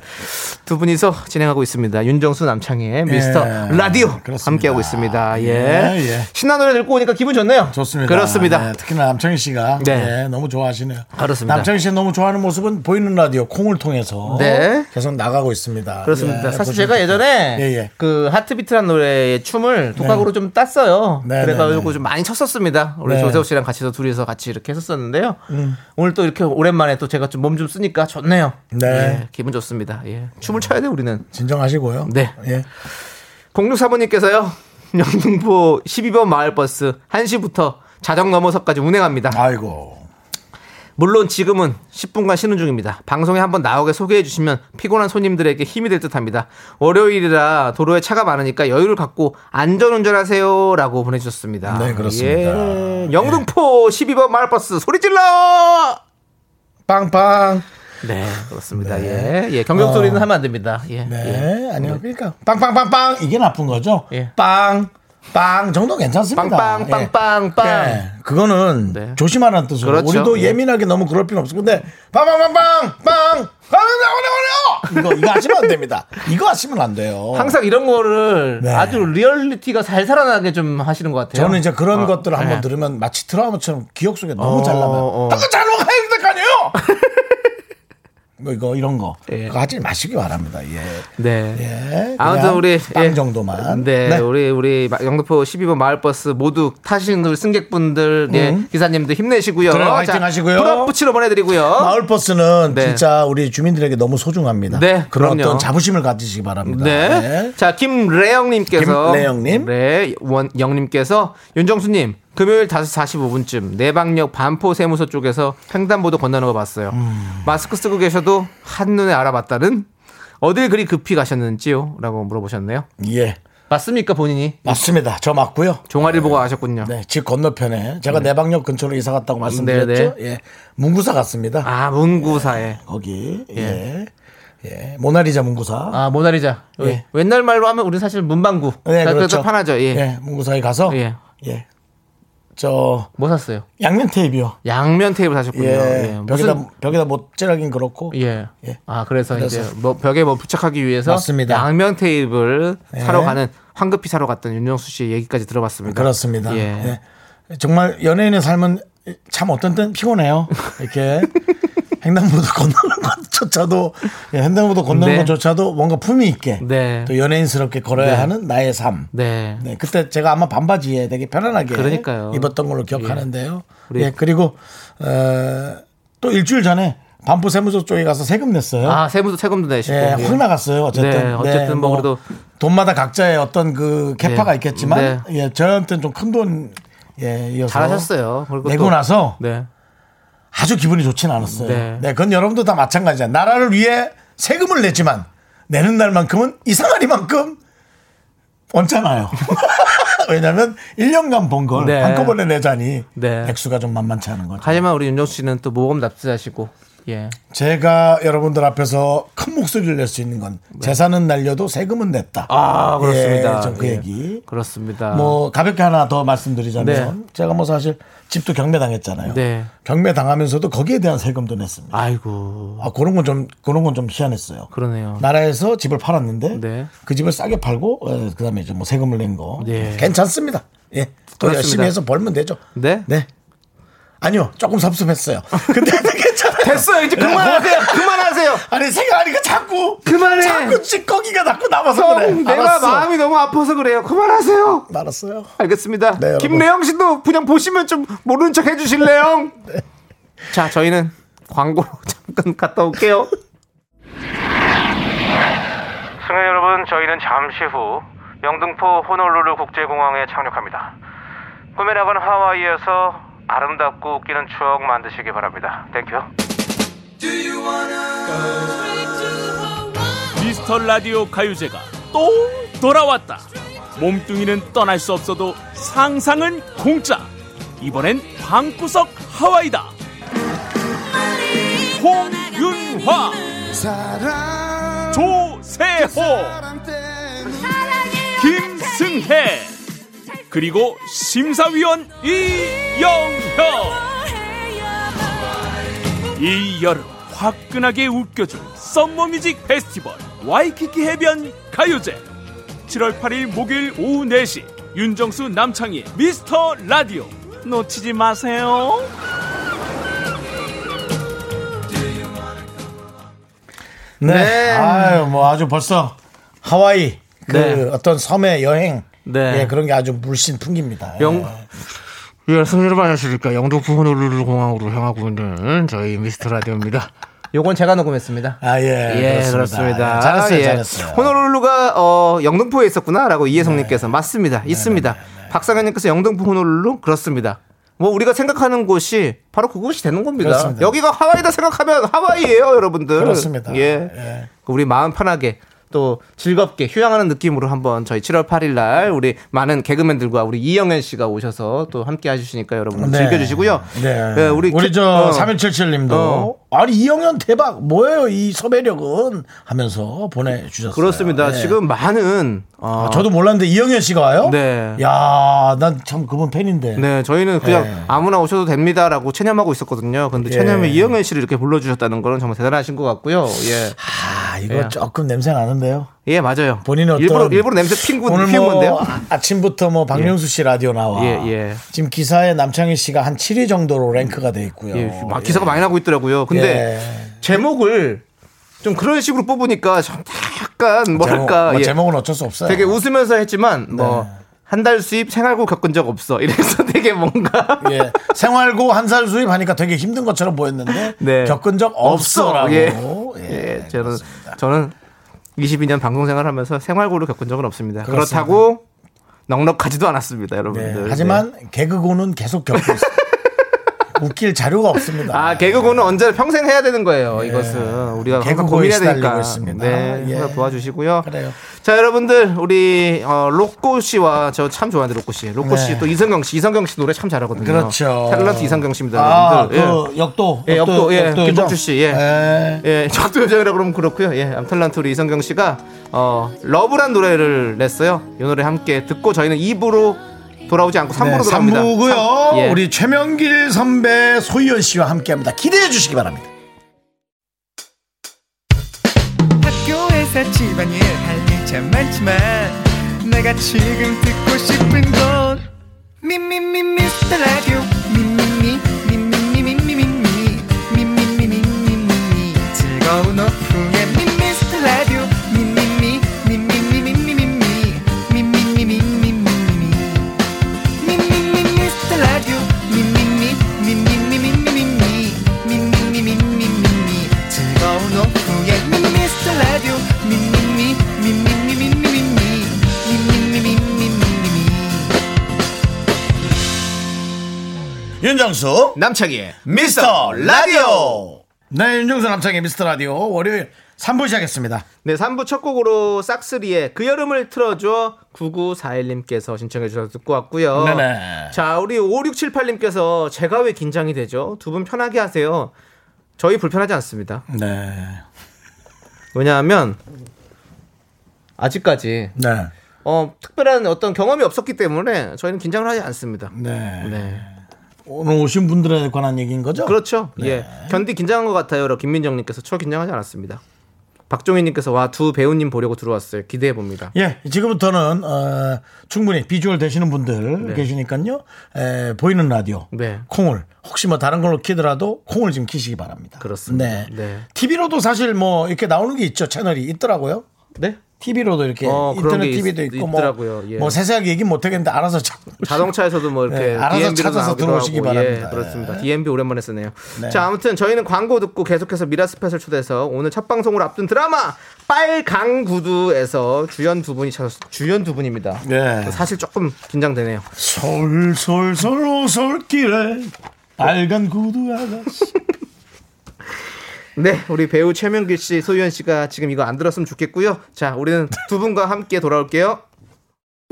Speaker 2: 두 분이서 진행하고 있습니다. 윤정수 남창희의 미스터 라디오
Speaker 1: 예, 그렇습니다.
Speaker 2: 함께하고 있습니다. 예.
Speaker 1: 예, 예.
Speaker 2: 신나 노래 듣고 오니까 기분 좋네요.
Speaker 1: 좋습니다.
Speaker 2: 그렇습니다.
Speaker 1: 네, 특히나 남창희 씨가
Speaker 2: 네.
Speaker 1: 네, 너무 좋아하시네요.
Speaker 2: 그렇습니다.
Speaker 1: 남창희 씨 너무 좋아하는 모습은 보이는 라디오 콩을 통해서
Speaker 2: 네.
Speaker 1: 계속 나가고 있습니다.
Speaker 2: 그렇습니다.
Speaker 1: 예,
Speaker 2: 사실
Speaker 1: 보시면
Speaker 2: 제가 예전에
Speaker 1: 예, 예.
Speaker 2: 그 하트비트란 노래의 춤을 독학으로 좀 땄어요.
Speaker 1: 네,
Speaker 2: 그래가지고
Speaker 1: 네, 네.
Speaker 2: 좀 많이 쳤었습니다. 우리
Speaker 1: 네. 음.
Speaker 2: 조세호 씨랑 같이서 둘이서 같이 이렇게 했었었는데요. 오늘 또 이렇게 오랜만에 또 제가 좀 몸 좀 쓰니까 좋네요.
Speaker 1: 네.
Speaker 2: 예, 기분 좋습니다. 예. 춤을 춰야 돼 우리는.
Speaker 1: 진정하시고요.
Speaker 2: 네.
Speaker 1: 예.
Speaker 2: 06사모님께서요. 영등포 12번 마을버스 1시부터 자정 넘어서까지 운행합니다.
Speaker 1: 아이고.
Speaker 2: 물론 지금은 10분간 쉬는 중입니다. 방송에 한번 나오게 소개해 주시면 피곤한 손님들에게 힘이 될 듯합니다. 월요일이라 도로에 차가 많으니까 여유를 갖고 안전 운전하세요라고 보내주셨습니다.
Speaker 1: 네, 그렇습니다.
Speaker 2: 예. 영등포 12번 마을버스 소리 질러!
Speaker 1: 빵빵.
Speaker 2: 네, 그렇습니다. 예, 예, 경적 소리는 하면 안 됩니다. 예, 예.
Speaker 1: 네. 아니요. 그러니까 빵빵빵빵 이게 나쁜 거죠.
Speaker 2: 예.
Speaker 1: 빵. 빵 정도 괜찮습니다.
Speaker 2: 빵빵,
Speaker 1: 예.
Speaker 2: 빵빵.
Speaker 1: 예. 그거는
Speaker 2: 네.
Speaker 1: 조심하라는 뜻으로.
Speaker 2: 그렇죠.
Speaker 1: 우리도
Speaker 2: 예.
Speaker 1: 예민하게 너무 그럴 필요 없어. 근데 빵빵빵빵 빵. 빵 이거 이거 하시면 안 됩니다. 이거 하시면 안 돼요.
Speaker 2: 항상 이런 거를
Speaker 1: 네.
Speaker 2: 아주 리얼리티가 잘 살아나게 좀 하시는 것 같아요.
Speaker 1: 저는 이제 그런 것들을 한번
Speaker 2: 네.
Speaker 1: 들으면 마치 트라우마처럼 기억 속에 너무
Speaker 2: 어,
Speaker 1: 잘
Speaker 2: 어.
Speaker 1: 남아요. 방금 잘 먹어야 될 거 아니에요? 뭐 이거 이런 거
Speaker 2: 예.
Speaker 1: 그거 하지 마시기 바랍니다. 예.
Speaker 2: 네.
Speaker 1: 예.
Speaker 2: 아무튼
Speaker 1: 그냥
Speaker 2: 우리
Speaker 1: 빵
Speaker 2: 예.
Speaker 1: 정도만.
Speaker 2: 네,
Speaker 1: 네.
Speaker 2: 우리 우리 마- 영등포 12번 마을버스 모두 타시는 우리 승객분들, 예, 기사님들 힘내시고요.
Speaker 1: 음. 그래요, 화이팅 하시고요.
Speaker 2: 프로포치로 보내드리고요.
Speaker 1: 마을 버스는
Speaker 2: 네.
Speaker 1: 진짜 우리 주민들에게 너무 소중합니다.
Speaker 2: 네,
Speaker 1: 그런
Speaker 2: 그럼요.
Speaker 1: 어떤 자부심을 가지시기 바랍니다.
Speaker 2: 네.
Speaker 1: 네.
Speaker 2: 자, 김래영님께서.
Speaker 1: 김래영님.
Speaker 2: 네, 원영님께서. 윤정수님, 금요일 5시 45분쯤 내방역 반포세무서 쪽에서 횡단보도 건너는 거 봤어요.
Speaker 1: 음.
Speaker 2: 마스크 쓰고 계셔도 한눈에 알아봤다는 어딜 그리 급히 가셨는지요? 라고 물어보셨네요.
Speaker 1: 예.
Speaker 2: 맞습니까 본인이?
Speaker 1: 맞습니다. 저 맞고요.
Speaker 2: 종아리를 보고 아셨군요.
Speaker 1: 네, 집 건너편에 제가
Speaker 2: 네.
Speaker 1: 내방역 근처로 이사 갔다고 말씀드렸죠. 예. 문구사 갔습니다.
Speaker 2: 아 문구사에.
Speaker 1: 거기. 예. 예. 모나리자 문구사.
Speaker 2: 아 모나리자. 여기.
Speaker 1: 예.
Speaker 2: 옛날 말로 하면 우리 사실 문방구.
Speaker 1: 네,
Speaker 2: 그래서
Speaker 1: 그렇죠.
Speaker 2: 편하죠. 예.
Speaker 1: 문구사에 가서
Speaker 2: 예.
Speaker 1: 예. 저
Speaker 2: 뭐 샀어요?
Speaker 1: 양면 테이프요.
Speaker 2: 양면 테이블 사셨군요.
Speaker 1: 예.
Speaker 2: 예.
Speaker 1: 벽에다
Speaker 2: 무슨-
Speaker 1: 벽에다 못질하긴 그렇고.
Speaker 2: 예.
Speaker 1: 예.
Speaker 2: 아 그래서, 이제
Speaker 1: 그래서-
Speaker 2: 뭐 벽에 뭐 부착하기 위해서
Speaker 1: 맞습니다.
Speaker 2: 양면 테이블
Speaker 1: 예.
Speaker 2: 사러 가는 황급히 사러 갔던 윤정수 씨 얘기까지 들어봤습니다.
Speaker 1: 그렇습니다.
Speaker 2: 그러니까 예.
Speaker 1: 예. 정말 연예인의 삶은 참 어떤 때는 피곤해요. 이렇게 횡단보도 건너는 것조차도 예, 횡단보도 건너는
Speaker 2: 네.
Speaker 1: 것조차도 뭔가 품위 있게
Speaker 2: 네.
Speaker 1: 또 연예인스럽게 걸어야 하는 나의 삶.
Speaker 2: 네.
Speaker 1: 네, 그때 제가 아마 반바지에 되게 편안하게
Speaker 2: 그러니까요.
Speaker 1: 입었던 걸로 기억하는데요.
Speaker 2: 우리-
Speaker 1: 예, 그리고 어, 또 일주일 전에 반포 세무서 쪽에 가서 세금 냈어요.
Speaker 2: 아 세무도 세금도 내시고.
Speaker 1: 예, 확 나갔어요. 어쨌든.
Speaker 2: 네, 어쨌든 뭐 그래도-
Speaker 1: 돈마다 각자의 어떤 그 캐파가
Speaker 2: 네.
Speaker 1: 있겠지만 예, 저한테는 좀 큰 돈 예, 이어서
Speaker 2: 잘하셨어요. 그리고
Speaker 1: 내고
Speaker 2: 또-
Speaker 1: 나서
Speaker 2: 네.
Speaker 1: 아주 기분이 좋진 않았어요.
Speaker 2: 네.
Speaker 1: 네. 그건 여러분도 다 마찬가지야. 나라를 위해 세금을 내지만 내는 날만큼은 이상하리만큼 얹잖아요. 왜냐하면 1년간 번 걸
Speaker 2: 네.
Speaker 1: 한꺼번에 내자니
Speaker 2: 네.
Speaker 1: 액수가 좀 만만치 않은 거죠.
Speaker 2: 하지만 우리 윤정수 씨는 또 모범 납치자시고. 예.
Speaker 1: 제가 여러분들 앞에서 큰 목소리를 낼 수 있는 건 재산은 날려도 세금은 냈다.
Speaker 2: 네. 아 그렇습니다.
Speaker 1: 예, 좀그
Speaker 2: 예. 아.
Speaker 1: 얘기.
Speaker 2: 그렇습니다.
Speaker 1: 뭐 가볍게 하나 더 말씀드리자면 제가 뭐 사실 집도 경매당했잖아요.
Speaker 2: 네.
Speaker 1: 경매당하면서도 거기에 대한 세금도 냈습니다.
Speaker 2: 아이고
Speaker 1: 아 그런 건 좀 그런 건 좀 희한했어요.
Speaker 2: 그러네요.
Speaker 1: 나라에서 집을 팔았는데
Speaker 2: 네.
Speaker 1: 그 집을 싸게 팔고 어, 그다음에 이제 뭐 세금을 낸 거.
Speaker 2: 네.
Speaker 1: 괜찮습니다. 예. 또
Speaker 2: 그렇습니다.
Speaker 1: 열심히 해서 벌면 되죠.
Speaker 2: 네.
Speaker 1: 네. 아니요. 조금 섭섭했어요. 근데 괜찮아요.
Speaker 2: 됐어요. 이제 그만하세요. 그만하세요.
Speaker 1: 아니 생각하니까 자꾸
Speaker 2: 그만해.
Speaker 1: 자꾸 찌꺼기가 자꾸 남아서 그래.
Speaker 2: 형, 내가
Speaker 1: 알았어.
Speaker 2: 마음이 너무 아파서 그래요. 그만하세요.
Speaker 1: 알았어요.
Speaker 2: 알겠습니다.
Speaker 1: 네, 여러분.
Speaker 2: 김래영 씨도 그냥 보시면 좀 모르는 척 해주실래요?
Speaker 1: 네.
Speaker 2: 자, 저희는 광고로 잠깐 갔다 올게요.
Speaker 6: 승객 여러분, 저희는 잠시 후 영등포 호놀루루 국제공항에 착륙합니다. 꿈에 나간 하와이에서 아름답고 웃기는 추억 만드시기 바랍니다. 땡큐.
Speaker 7: 미스터 라디오 가요제가 또 돌아왔다. 몸뚱이는 떠날 수 없어도 상상은 공짜. 이번엔 방구석 하와이다. 홍윤화, 조세호, 김승혜, 그리고 심사위원 이영혁. 이 여름 화끈하게 웃겨줄 썸머뮤직 페스티벌 와이키키 해변 가요제 7월 8일 목요일 오후 4시 윤정수 남창희 미스터 라디오 놓치지 마세요
Speaker 1: 네. 아유, 뭐 아주 벌써 하와이 그
Speaker 2: 네.
Speaker 1: 어떤 섬의 여행
Speaker 2: 네.
Speaker 1: 예, 그런 게 아주 물씬 풍깁니다.
Speaker 2: 영-
Speaker 1: 예.
Speaker 2: 예, 승리를 안녕하십니까. 영등포 호놀루루 공항으로 향하고 있는 저희 미스터 라디오입니다. 요건 제가 녹음했습니다.
Speaker 1: 아, 예.
Speaker 2: 예,
Speaker 1: 그렇습니다.
Speaker 2: 그렇습니다.
Speaker 1: 예, 잘했어요,
Speaker 2: 예.
Speaker 1: 잘했어요.
Speaker 2: 호놀룰루가 어, 영등포에 있었구나라고
Speaker 1: 네,
Speaker 2: 이혜성님께서 맞습니다. 있습니다. 박상현님께서 영등포 호놀룰루 그렇습니다. 뭐 우리가 생각하는 곳이 바로 그곳이 되는 겁니다.
Speaker 1: 그렇습니다.
Speaker 2: 여기가 하와이다 생각하면 하와이예요, 여러분들.
Speaker 1: 그렇습니다.
Speaker 2: 예.
Speaker 1: 예.
Speaker 2: 그 우리 마음 편하게 또 즐겁게 휴양하는 느낌으로 한번 저희 7월 8일 날 우리 많은 개그맨들과 우리 이영현 씨가 오셔서 또 함께 해주시니까 여러분
Speaker 1: 네.
Speaker 2: 즐겨주시고요.
Speaker 1: 네.
Speaker 2: 예,
Speaker 1: 우리,
Speaker 2: 개-
Speaker 1: 저
Speaker 2: 어.
Speaker 1: 3177님도 아니 이영현 대박 뭐예요 이 섭외력은 하면서 보내주셨어요.
Speaker 2: 그렇습니다.
Speaker 1: 예.
Speaker 2: 지금 많은 어,
Speaker 1: 아, 저도 몰랐는데 이영현 씨가 와요?
Speaker 2: 네.
Speaker 1: 야, 난 참 그분 팬인데.
Speaker 2: 네, 저희는 그냥
Speaker 1: 예.
Speaker 2: 아무나 오셔도 됩니다라고 체념하고 있었거든요. 근데 체념에 이영애 씨를 이렇게 불러주셨다는 거는 정말 대단하신 것 같고요. 예,
Speaker 1: 아, 이거
Speaker 2: 예.
Speaker 1: 조금 냄새 나는데요.
Speaker 2: 예 맞아요.
Speaker 1: 본인은 어떤
Speaker 2: 일부러 일부러 냄새 핀고
Speaker 1: 오늘
Speaker 2: 피운
Speaker 1: 뭐
Speaker 2: 건데요.
Speaker 1: 아- 아침부터 뭐 박명수 씨 라디오 나와.
Speaker 2: 예, 예.
Speaker 1: 지금 기사에 남창희 씨가 한 7위 정도로 랭크가 돼 있고요.
Speaker 2: 예, 막 기사가 많이 나고 있더라고요. 근데
Speaker 1: 예.
Speaker 2: 제목을 좀 그런 식으로 뽑으니까 좀 약간 뭐랄까
Speaker 1: 제목, 네.
Speaker 2: 예.
Speaker 1: 은 어쩔 수 없어요.
Speaker 2: 되게 웃으면서 했지만 뭐. 한 달 수입 생활고 겪은 적 없어. 이래서 되게 뭔가
Speaker 1: 예. 생활고 한 살 수입하니까 되게 힘든 것처럼 보였는데
Speaker 2: 네.
Speaker 1: 겪은 적
Speaker 2: 없어.
Speaker 1: 없어라고.
Speaker 2: 예.
Speaker 1: 예,
Speaker 2: 예, 저는
Speaker 1: 그렇습니다.
Speaker 2: 저는 22년 방송 생활하면서 생활고를 겪은 적은 없습니다.
Speaker 1: 그렇습니다.
Speaker 2: 그렇다고 넉넉하지도 않았습니다,
Speaker 1: 네,
Speaker 2: 여러분들. 네.
Speaker 1: 하지만 개그고는 계속 겪고 있어요. 웃길 자료가 없습니다.
Speaker 2: 아 개그고는 언제 평생 해야 되는 거예요. 이것은 우리가 항상
Speaker 1: 네. 개그고에
Speaker 2: 고민해야 되니까.
Speaker 1: 시달리고 있습니다.
Speaker 2: 네,
Speaker 1: 예.
Speaker 2: 항상 도와주시고요.
Speaker 1: 그래요.
Speaker 2: 자 여러분들 우리 어, 로꼬 씨와 저 참 좋아하는데 로꼬 씨, 로꼬
Speaker 1: 네.
Speaker 2: 씨 또 이성경 씨, 이성경 씨 노래 참 잘하거든요.
Speaker 1: 그렇죠.
Speaker 2: 탤런트 이성경 씨입니다,
Speaker 1: 아,
Speaker 2: 여러분들. 예.
Speaker 1: 그 역도,
Speaker 2: 예, 역도, 예,
Speaker 1: 요정.
Speaker 2: 김범주 씨, 예.
Speaker 1: 예.
Speaker 2: 예, 적도 요정이라 그러면 그렇고요. 예, 암탈란트 우리 이성경 씨가 어 러브란 노래를 냈어요. 이 노래 함께 듣고 저희는 2부로 돌아오지 않고 3부로
Speaker 1: 네,
Speaker 2: 돌아옵니다.
Speaker 1: 삼부고요.
Speaker 2: 삼- 예.
Speaker 1: 우리 최명길 선배 소희연 씨와 함께합니다. 기대해 주시기 바랍니다.
Speaker 3: 학교에서 집안일 할 일 참 많지만 내가 지금 듣고 싶은 건 미미미 미스터 라디오 미미미 미미미 미미미 미미미 미미미 즐거운 오후에 미스터 라디오 미미미 미미미 미미미 미미미 미미미
Speaker 1: 윤정수
Speaker 2: 남창희의
Speaker 1: 미스터 라디오. 네, 윤정수 남창의 미스터 라디오 월요일 3부 시작했습니다.
Speaker 2: 네, 3부 첫 곡으로 싹스리의 그 여름을 틀어줘 9941님께서 신청해 주셔서 듣고 왔고요.
Speaker 1: 네네.
Speaker 2: 자, 우리 5678님께서 제가 왜 긴장이 되죠? 두 분 편하게 하세요. 저희 불편하지 않습니다.
Speaker 1: 네.
Speaker 2: 왜냐하면 아직까지
Speaker 1: 네.
Speaker 2: 어, 특별한 어떤 경험이 없었기 때문에 저희는 긴장을 하지 않습니다.
Speaker 1: 네.
Speaker 2: 네.
Speaker 1: 오늘 오신 분들에 관한 얘기인 거죠?
Speaker 2: 그렇죠.
Speaker 1: 네.
Speaker 2: 예. 견디 긴장한 것 같아요. 김민정님께서 저 긴장하지 않았습니다. 박종희님께서 와 두 배우님 보려고 들어왔어요. 기대해 봅니다.
Speaker 1: 예, 지금부터는 어, 충분히 비주얼 되시는 분들 계시니까요. 에, 보이는 라디오
Speaker 2: 네.
Speaker 1: 콩을 혹시 뭐 다른 걸로 키더라도 콩을 좀 키시기 바랍니다.
Speaker 2: 그렇습니다.
Speaker 1: 네.
Speaker 2: 네.
Speaker 1: TV로도 사실 뭐 이렇게 나오는 게 있죠. 채널이 있더라고요.
Speaker 2: 네.
Speaker 1: TV로도 이렇게
Speaker 2: 어, 그런
Speaker 1: 인터넷
Speaker 2: 게 있-
Speaker 1: TV도 있고
Speaker 2: 있더라고요.
Speaker 1: 뭐,
Speaker 2: 예.
Speaker 1: 뭐 세세하게 얘기 못 하겠는데 알아서 자
Speaker 2: 자동차에서도 뭐 이렇게
Speaker 1: 네, 알아서
Speaker 2: DMB로
Speaker 1: 찾아서
Speaker 2: 나오기도
Speaker 1: 들어오시기
Speaker 2: 하고,
Speaker 1: 바랍니다.
Speaker 2: 예, 그렇습니다. DMB 오랜만에 쓰네요. 자 아무튼 저희는 광고 듣고 계속해서 미라스펫을 초대해서 오늘 첫 방송을 앞둔 드라마 빨강 구두에서 주연 두 분이 찾았 주연 두 분입니다.
Speaker 1: 네.
Speaker 2: 사실 조금 긴장되네요.
Speaker 1: 솔솔솔 오솔길에 빨간 구두 아가씨.
Speaker 2: 네, 우리 배우 최명길 씨, 소유현 씨가 지금 이거 안 들었으면 좋겠고요. 자, 우리는 두 분과 함께 돌아올게요.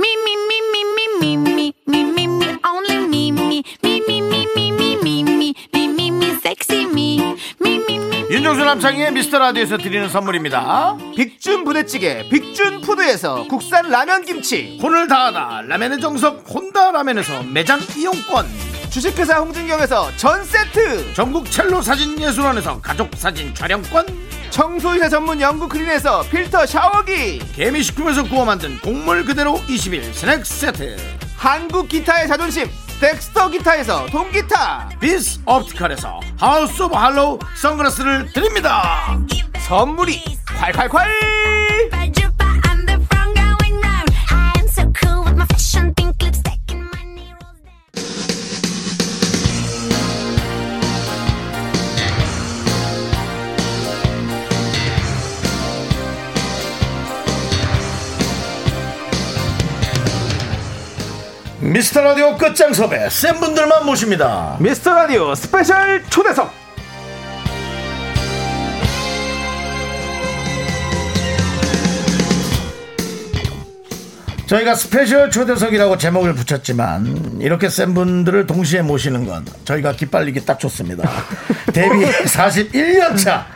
Speaker 5: Me, me, me, me, me, me, me, me, me, me, only me, me, me, me, me, me, me, me, me, me, me, me, sexy me, me, me, me.
Speaker 4: 윤정수 남창희의 미스터 라디오에서 드리는 선물입니다.
Speaker 2: 빅준 부대찌개, 빅준 푸드에서 국산 라면 김치,
Speaker 4: 혼을 다하다 라멘의 정석 혼다 라멘에서 매장 이용권
Speaker 2: 주식회사 홍진경에서 전 세트.
Speaker 4: 전국 첼로 사진 예술원에서 가족 사진 촬영권
Speaker 2: 청소이사 전문 영국 크린에서 필터 샤워기
Speaker 4: 개미식품에서 구워 만든 곡물 그대로 20일 스낵 세트
Speaker 2: 한국 기타의 자존심 덱스터 기타에서 동기타
Speaker 4: 비스 옵티컬에서 하우스 오브 할로우 선글라스를 드립니다
Speaker 2: 선물이 콸콸콸
Speaker 1: 미스터 라디오 끝장 섭외 센 분들만 모십니다.
Speaker 2: 미스터 라디오 스페셜 초대석
Speaker 1: 저희가 스페셜 초대석이라고 제목을 붙였지만 이렇게 센 분들을 동시에 모시는 건 저희가 기빨리기 딱 좋습니다. 데뷔 41년 차,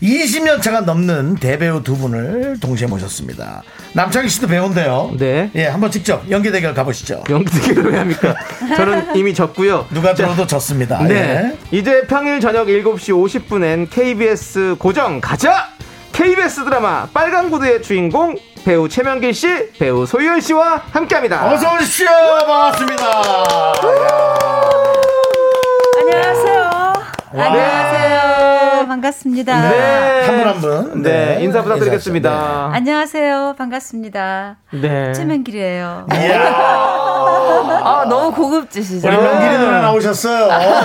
Speaker 1: 20년 차가 넘는 대배우 두 분을 동시에 모셨습니다. 남창희 씨도 배우인데요.
Speaker 2: 네.
Speaker 1: 예, 한번 직접 연기 대결 가보시죠.
Speaker 2: 연기를 왜 합니까 저는 이미 졌고요
Speaker 1: 누가 들어도 졌습니다. 예.
Speaker 2: 네 이제 평일 저녁 7시 50분엔 KBS 고정 가자 KBS 드라마 빨간 구두의 주인공 배우 최명길 씨 배우 소유현 씨와 함께합니다
Speaker 1: 예. 어서 오십시오. 반갑습니다.
Speaker 8: 안녕하세요. 반갑습니다.
Speaker 2: 네.
Speaker 1: 한 분 한 분.
Speaker 2: 네, 인사 부탁드리겠습니다.
Speaker 8: 안녕하세요. 반갑습니다.
Speaker 2: 네.
Speaker 8: 최명길이에요.
Speaker 1: 네. 이야,
Speaker 9: 아, 너무 고급지시죠?
Speaker 2: 아.
Speaker 1: 우리 명길이 누나 나오셨어요.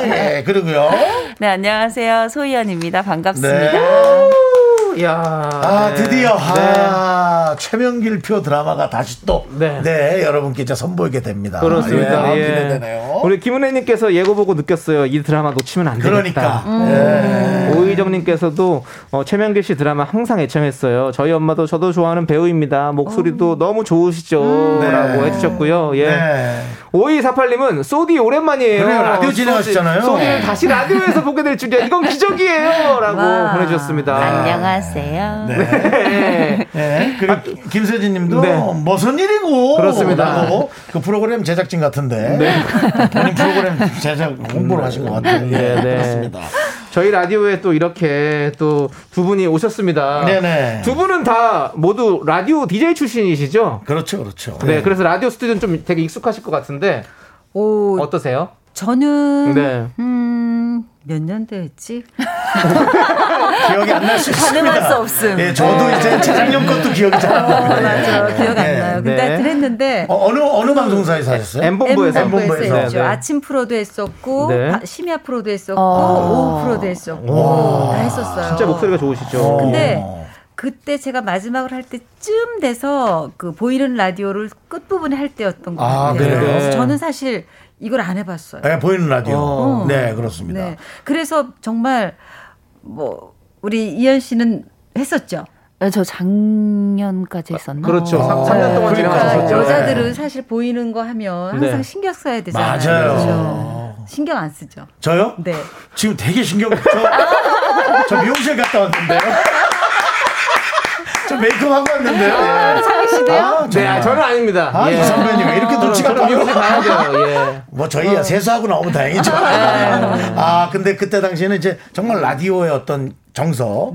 Speaker 1: 네. 예, 그러고요.
Speaker 9: 네, 안녕하세요. 소희연입니다.
Speaker 1: 네.
Speaker 9: 반갑습니다.
Speaker 2: 아우, 야.
Speaker 1: 아
Speaker 2: 네.
Speaker 1: 드디어
Speaker 2: 네.
Speaker 1: 아 최명길 표 드라마가 다시 또 네
Speaker 2: 네.
Speaker 1: 여러분께 이제 선보이게 됩니다.
Speaker 2: 그렇습니다.
Speaker 1: 아,
Speaker 2: 예.
Speaker 1: 기대되네요.
Speaker 2: 우리 김은혜님께서 예고 보고 느꼈어요. 이 드라마 놓치면 안
Speaker 1: 그러니까 음.
Speaker 2: 되겠다. 음. 오희정님께서도 어, 최명길 씨 드라마 항상 애청했어요. 저희 엄마도 저도 좋아하는 배우입니다. 목소리도 너무 좋으시죠라고
Speaker 1: 네.
Speaker 2: 해주셨고요. 예.
Speaker 1: 네.
Speaker 2: 5248님은 소디 오랜만이에요.
Speaker 1: 그래요, 라디오
Speaker 2: 소디,
Speaker 1: 진행하시잖아요.
Speaker 2: 소디를 다시 라디오에서 보게 될 줄이야. 이건 기적이에요라고
Speaker 8: 와.
Speaker 2: 보내주셨습니다.
Speaker 1: 아,
Speaker 9: 안녕하세요.
Speaker 2: 네.
Speaker 1: 네. 그리고 김세진님도
Speaker 2: 네.
Speaker 1: 무슨 일이고
Speaker 2: 그렇습니다. 네.
Speaker 1: 라고 그 프로그램 제작진 같은데 본인 프로그램 제작 홍보를 하신 것 같아요. 예,
Speaker 2: 네, 음. 네.
Speaker 1: 그렇습니다.
Speaker 2: 저희 라디오에 또 이렇게 또 두 분이 오셨습니다.
Speaker 1: 네네.
Speaker 2: 두 분은 다 모두 라디오 DJ 출신이시죠?
Speaker 1: 그렇죠, 그렇죠.
Speaker 2: 네, 그래서 라디오 스튜디오는 좀 되게 익숙하실 것 같은데
Speaker 8: 오,
Speaker 2: 어떠세요?
Speaker 8: 저는
Speaker 2: 네.
Speaker 8: 음, 몇 년도였지?
Speaker 1: 기억이 안 날 수 있습니다.
Speaker 9: 가늠할 수 없음.
Speaker 1: 예, 저도 이제 재작년 것도 기억이 잘 안 나요.
Speaker 8: 네. 맞아, 기억 안
Speaker 1: 네.
Speaker 8: 나요.
Speaker 2: 네.
Speaker 8: 근데 하여튼 했는데
Speaker 1: 어, 어느 어느 방송사에서 하셨어요?
Speaker 2: 엠본부에서
Speaker 8: M 본부에서
Speaker 1: M본부에서.
Speaker 8: 했죠.
Speaker 2: 네, 네.
Speaker 8: 아침 프로도 했었고
Speaker 2: 네.
Speaker 8: 바- 심야 프로도 했었고
Speaker 9: 어.
Speaker 8: 오후 프로도 했었고 다 했었어요.
Speaker 2: 진짜 목소리가 어. 좋으시죠.
Speaker 8: 근데 그때 제가 마지막을 할 때쯤 돼서 그 보이는 라디오를 끝 부분에 할 때였던 것
Speaker 1: 아,
Speaker 8: 같아요.
Speaker 2: 네.
Speaker 1: 그래요?
Speaker 8: 그래서 저는 사실 이걸 안 해봤어요.
Speaker 1: 예, 보이는 라디오.
Speaker 2: 어.
Speaker 1: 네, 그렇습니다.
Speaker 8: 네. 그래서 정말 뭐 우리 이현 씨는 했었죠.
Speaker 9: 네, 저 작년까지 있었나?
Speaker 2: 그렇죠.
Speaker 9: 어.
Speaker 2: 삼 3년 동안
Speaker 1: 그러니까
Speaker 8: 그러니까
Speaker 2: 진행하셨죠.
Speaker 8: 여자들은 사실 보이는 거 하면 항상
Speaker 2: 아, 그렇죠. 네.
Speaker 8: 신경 써야 되잖아요.
Speaker 1: 맞아요.
Speaker 8: 그렇죠? 신경 안 쓰죠.
Speaker 1: 저요?
Speaker 8: 네.
Speaker 1: 지금 되게 신경 저, 저 미용실 갔다 왔는데요. 저 메이크업 하고 왔는데요. 창희 씨도요? 아,
Speaker 2: 네, 아,
Speaker 1: 정말.
Speaker 2: 저는 아닙니다.
Speaker 1: 아, 이 선배님 왜 이렇게 눈치가
Speaker 2: 저는 미용실
Speaker 1: 빠르고
Speaker 2: 가야죠. 예.
Speaker 1: 뭐 저희야 세수하고 나오면 다행이죠. 아 근데 그때 당시에는 이제 정말 라디오의 어떤 정서,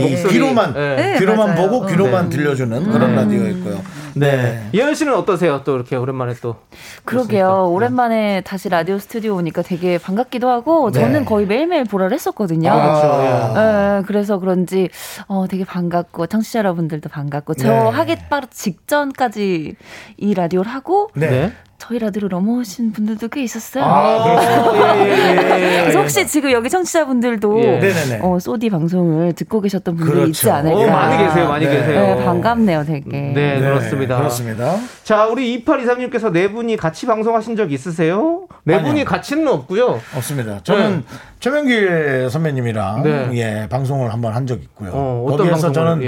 Speaker 1: 예, 이
Speaker 2: 목소리.
Speaker 1: 귀로만
Speaker 2: 네.
Speaker 1: 귀로만
Speaker 8: 맞아요.
Speaker 1: 보고
Speaker 8: 음.
Speaker 1: 귀로만 들려주는 그런 라디오였고요. 네.
Speaker 2: 이현 씨는 어떠세요? 또 이렇게 오랜만에 또. 네.
Speaker 9: 그러게요. 오랜만에 다시 라디오 스튜디오 오니까 되게 반갑기도 하고
Speaker 2: 네.
Speaker 9: 저는 거의 매일매일 보라를
Speaker 1: 네.
Speaker 2: 아,
Speaker 9: 했었거든요.
Speaker 1: 아,
Speaker 2: 그렇죠.
Speaker 9: 예, 그래서 그런지 어, 되게 반갑고 청취자 여러분들도 반갑고 저
Speaker 1: 네.
Speaker 9: 하기 바로 직전까지 이 라디오를 하고
Speaker 1: 네.
Speaker 2: 네.
Speaker 9: 저희 라디오로 넘어오신 분들도 꽤 있었어요.
Speaker 1: 아 그렇군요.
Speaker 2: 예, 예, 예.
Speaker 9: 그래서 혹시 지금 여기 청취자분들도
Speaker 2: 예.
Speaker 1: 네네네.
Speaker 9: 어, 소디 방송을 듣고 계셨던 분들이
Speaker 1: 그렇죠.
Speaker 9: 있지 않을까.
Speaker 2: 오, 어, 많이 계세요, 많이
Speaker 1: 네.
Speaker 2: 계세요.
Speaker 9: 네, 반갑네요, 되게.
Speaker 2: 네, 그렇습니다.
Speaker 1: 그렇습니다.
Speaker 2: 자, 우리 2823님께서 네 분이 같이 방송하신 적 있으세요? 네
Speaker 1: 아니요.
Speaker 2: 분이 같이는 없고요.
Speaker 1: 없습니다. 저는 최명길 선배님이랑
Speaker 2: 네.
Speaker 1: 예, 방송을 한번 한 적 있고요.
Speaker 2: 어, 어떤
Speaker 1: 거기에서
Speaker 2: 방송
Speaker 1: 저는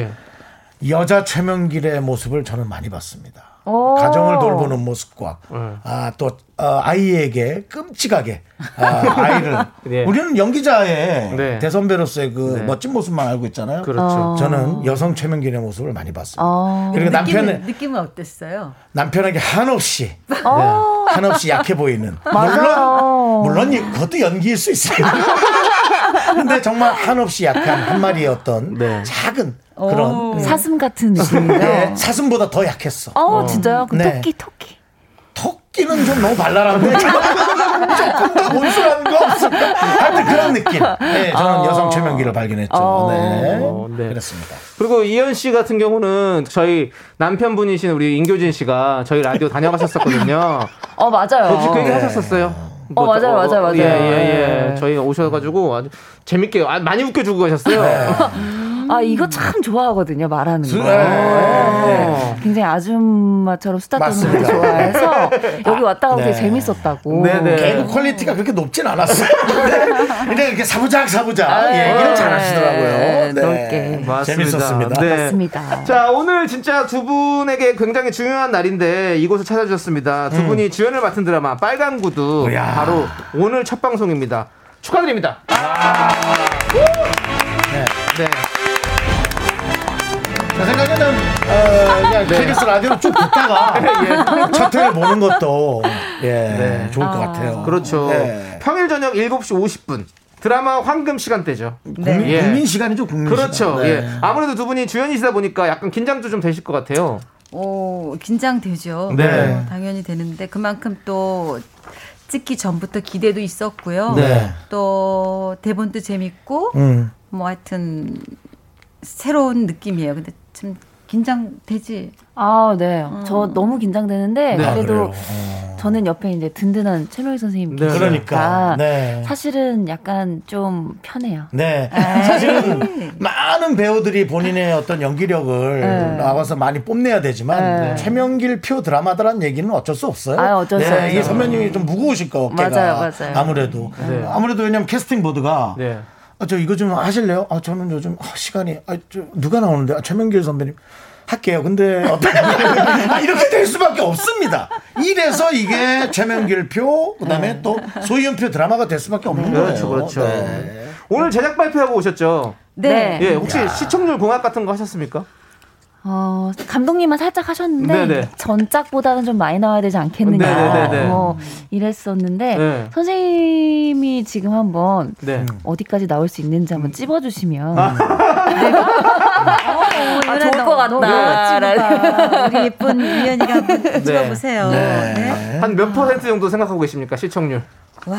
Speaker 1: 여자 최명길의 모습을 저는 많이 봤습니다.
Speaker 9: 오.
Speaker 1: 가정을 돌보는 모습과
Speaker 2: 네.
Speaker 1: 아, 또 어, 아이에게 끔찍하게 아, 이를
Speaker 2: 네.
Speaker 1: 우리는 연기자의
Speaker 2: 네.
Speaker 1: 대선배로서의 그
Speaker 2: 네.
Speaker 1: 멋진 모습만 알고 있잖아요.
Speaker 2: 그렇죠.
Speaker 1: 저는 여성 최명길의 모습을 많이 봤습니다.
Speaker 9: 어.
Speaker 1: 그리고
Speaker 8: 느낌은,
Speaker 1: 남편은
Speaker 8: 느낌은 어땠어요?
Speaker 1: 남편에게 한없이
Speaker 2: 네.
Speaker 9: 어.
Speaker 1: 한없이 약해 보이는.
Speaker 9: 맞아요.
Speaker 1: 물론, 물론 이- 그것도 연기일 수 있어요. 근데 정말 한없이 약한 한 마리의 어떤
Speaker 2: 네.
Speaker 1: 작은 그런
Speaker 2: 음.
Speaker 9: 사슴 같은 느낌인데요.
Speaker 1: 네, 사슴보다 더 약했어.
Speaker 9: 어, 진짜요? 그
Speaker 1: 네.
Speaker 9: 토끼, 토끼.
Speaker 1: 토끼는 좀 너무 발랄한데 조금 더 온순한 거 없을까? 하여튼 그런 느낌. 네,
Speaker 9: 어.
Speaker 1: 저는 여성 최명기를 발견했죠. 네.
Speaker 2: 어, 네.
Speaker 1: 그렇습니다.
Speaker 2: 그리고 이현 씨 같은 경우는 저희 남편분이신 우리 인교진 씨가 저희 라디오 다녀가셨었거든요.
Speaker 9: 어, 맞아요.
Speaker 2: 그렇지 그 얘기 하셨었어요.
Speaker 9: 어, 맞아요, 맞아요, 맞아요. 네.
Speaker 2: 예, 예, 예. 저희 오셔가지고 아주 재밌게 아, 많이 웃겨주고 가셨어요.
Speaker 1: 네.
Speaker 9: 아, 이거 참 좋아하거든요, 말하는 거.
Speaker 1: 네,
Speaker 2: 어.
Speaker 9: 굉장히 아줌마처럼 수다 떠는 걸
Speaker 1: 맞습니다.
Speaker 9: 좋아해서 여기 왔다가
Speaker 1: 네.
Speaker 9: 되게 재밌었다고.
Speaker 2: 네네.
Speaker 1: 개그 퀄리티가 그렇게 높진 않았어요. 근데 그냥 이렇게 사부작 사부작 얘기를 잘 하시더라고요.
Speaker 9: 아, 네,
Speaker 1: 네.
Speaker 9: 넓게.
Speaker 1: 재밌었습니다.
Speaker 2: 네.
Speaker 9: 맞습니다.
Speaker 2: 자, 오늘 진짜 두 분에게 굉장히 중요한 날인데 이곳을 찾아주셨습니다.
Speaker 1: 음.
Speaker 2: 두 분이 주연을 맡은 드라마 빨간 구두
Speaker 1: 이야.
Speaker 2: 바로 오늘 첫 방송입니다. 축하드립니다. 네. 네.
Speaker 1: 제 생각에는 어, 그냥
Speaker 9: 네.
Speaker 1: KBS 라디오로 쭉 듣다가 첫 회를 보는 것도 예, 좋을 것 같아요.
Speaker 2: 그렇죠.
Speaker 1: 네.
Speaker 2: 평일 저녁 7시 50분. 드라마 황금 시간대죠.
Speaker 1: 국민,
Speaker 2: 예.
Speaker 1: 국민 시간이죠, 국민 시간.
Speaker 2: 그렇죠.
Speaker 1: 네.
Speaker 2: 예. 아무래도 두 분이 주연이시다 보니까 약간 긴장도 좀 되실 것 같아요.
Speaker 8: 오, 긴장되죠.
Speaker 2: 네.
Speaker 8: 어, 당연히 되는데 그만큼 또 찍기 전부터 기대도 있었고요.
Speaker 1: 네.
Speaker 8: 또 대본도 재밌고
Speaker 1: 음.
Speaker 8: 뭐 하여튼 새로운 느낌이에요. 근데 참 긴장되지.
Speaker 9: 아, 네. 저 너무 긴장되는데
Speaker 1: 아,
Speaker 9: 그래도
Speaker 1: 그래요. 어.
Speaker 9: 저는 옆에 이제 든든한 최명희 선생님
Speaker 2: 네.
Speaker 9: 계시니까
Speaker 1: 그러니까. 네.
Speaker 9: 사실은 약간 좀 편해요.
Speaker 1: 네.
Speaker 9: 아.
Speaker 1: 사실은 많은 배우들이 본인의 어떤 연기력을
Speaker 9: 네.
Speaker 1: 나와서 많이 뽐내야 되지만 최명길 표 드라마다라는 얘기는 어쩔 수 없어요.
Speaker 9: 아, 어쩔 수
Speaker 1: 네,
Speaker 9: 없죠.
Speaker 1: 이 선배님이 좀 무거우실 거 어깨가.
Speaker 9: 맞아요, 맞아요.
Speaker 1: 아무래도.
Speaker 2: 네.
Speaker 1: 아무래도 왜냐면 캐스팅 보드가
Speaker 2: 네.
Speaker 1: 아, 저 이거 좀 하실래요? 아, 저는 요즘 아, 시간이 아, 저 누가 나오는데 아, 최명길 선배님 할게요. 근데 어떻게 아, 이렇게 될 수밖에 없습니다. 이래서 이게 최명길 표 그다음에 또 소희연 표 드라마가 될 수밖에 없는
Speaker 2: 네. 그렇죠,
Speaker 1: 거예요.
Speaker 2: 그렇죠.
Speaker 1: 네.
Speaker 2: 오늘 제작 발표하고 오셨죠?
Speaker 9: 네.
Speaker 2: 예, 혹시 시청률 공약 같은 거 하셨습니까?
Speaker 9: 어, 감독님만 살짝 하셨는데
Speaker 2: 네네.
Speaker 9: 전작보다는 좀 많이 나와야 되지 않겠느냐.
Speaker 2: 네네네네.
Speaker 9: 뭐 이랬었는데
Speaker 2: 네.
Speaker 9: 선생님이 지금 한번
Speaker 2: 네.
Speaker 9: 어디까지 나올 수 있는지 한번 찝어주시면 네. 아, 좋을 것 같다.
Speaker 8: 우리 예쁜 유연이가 한번 들어보세요.
Speaker 1: 네.
Speaker 8: 네.
Speaker 2: 한 몇 퍼센트 정도 생각하고 계십니까? 시청률.
Speaker 8: 와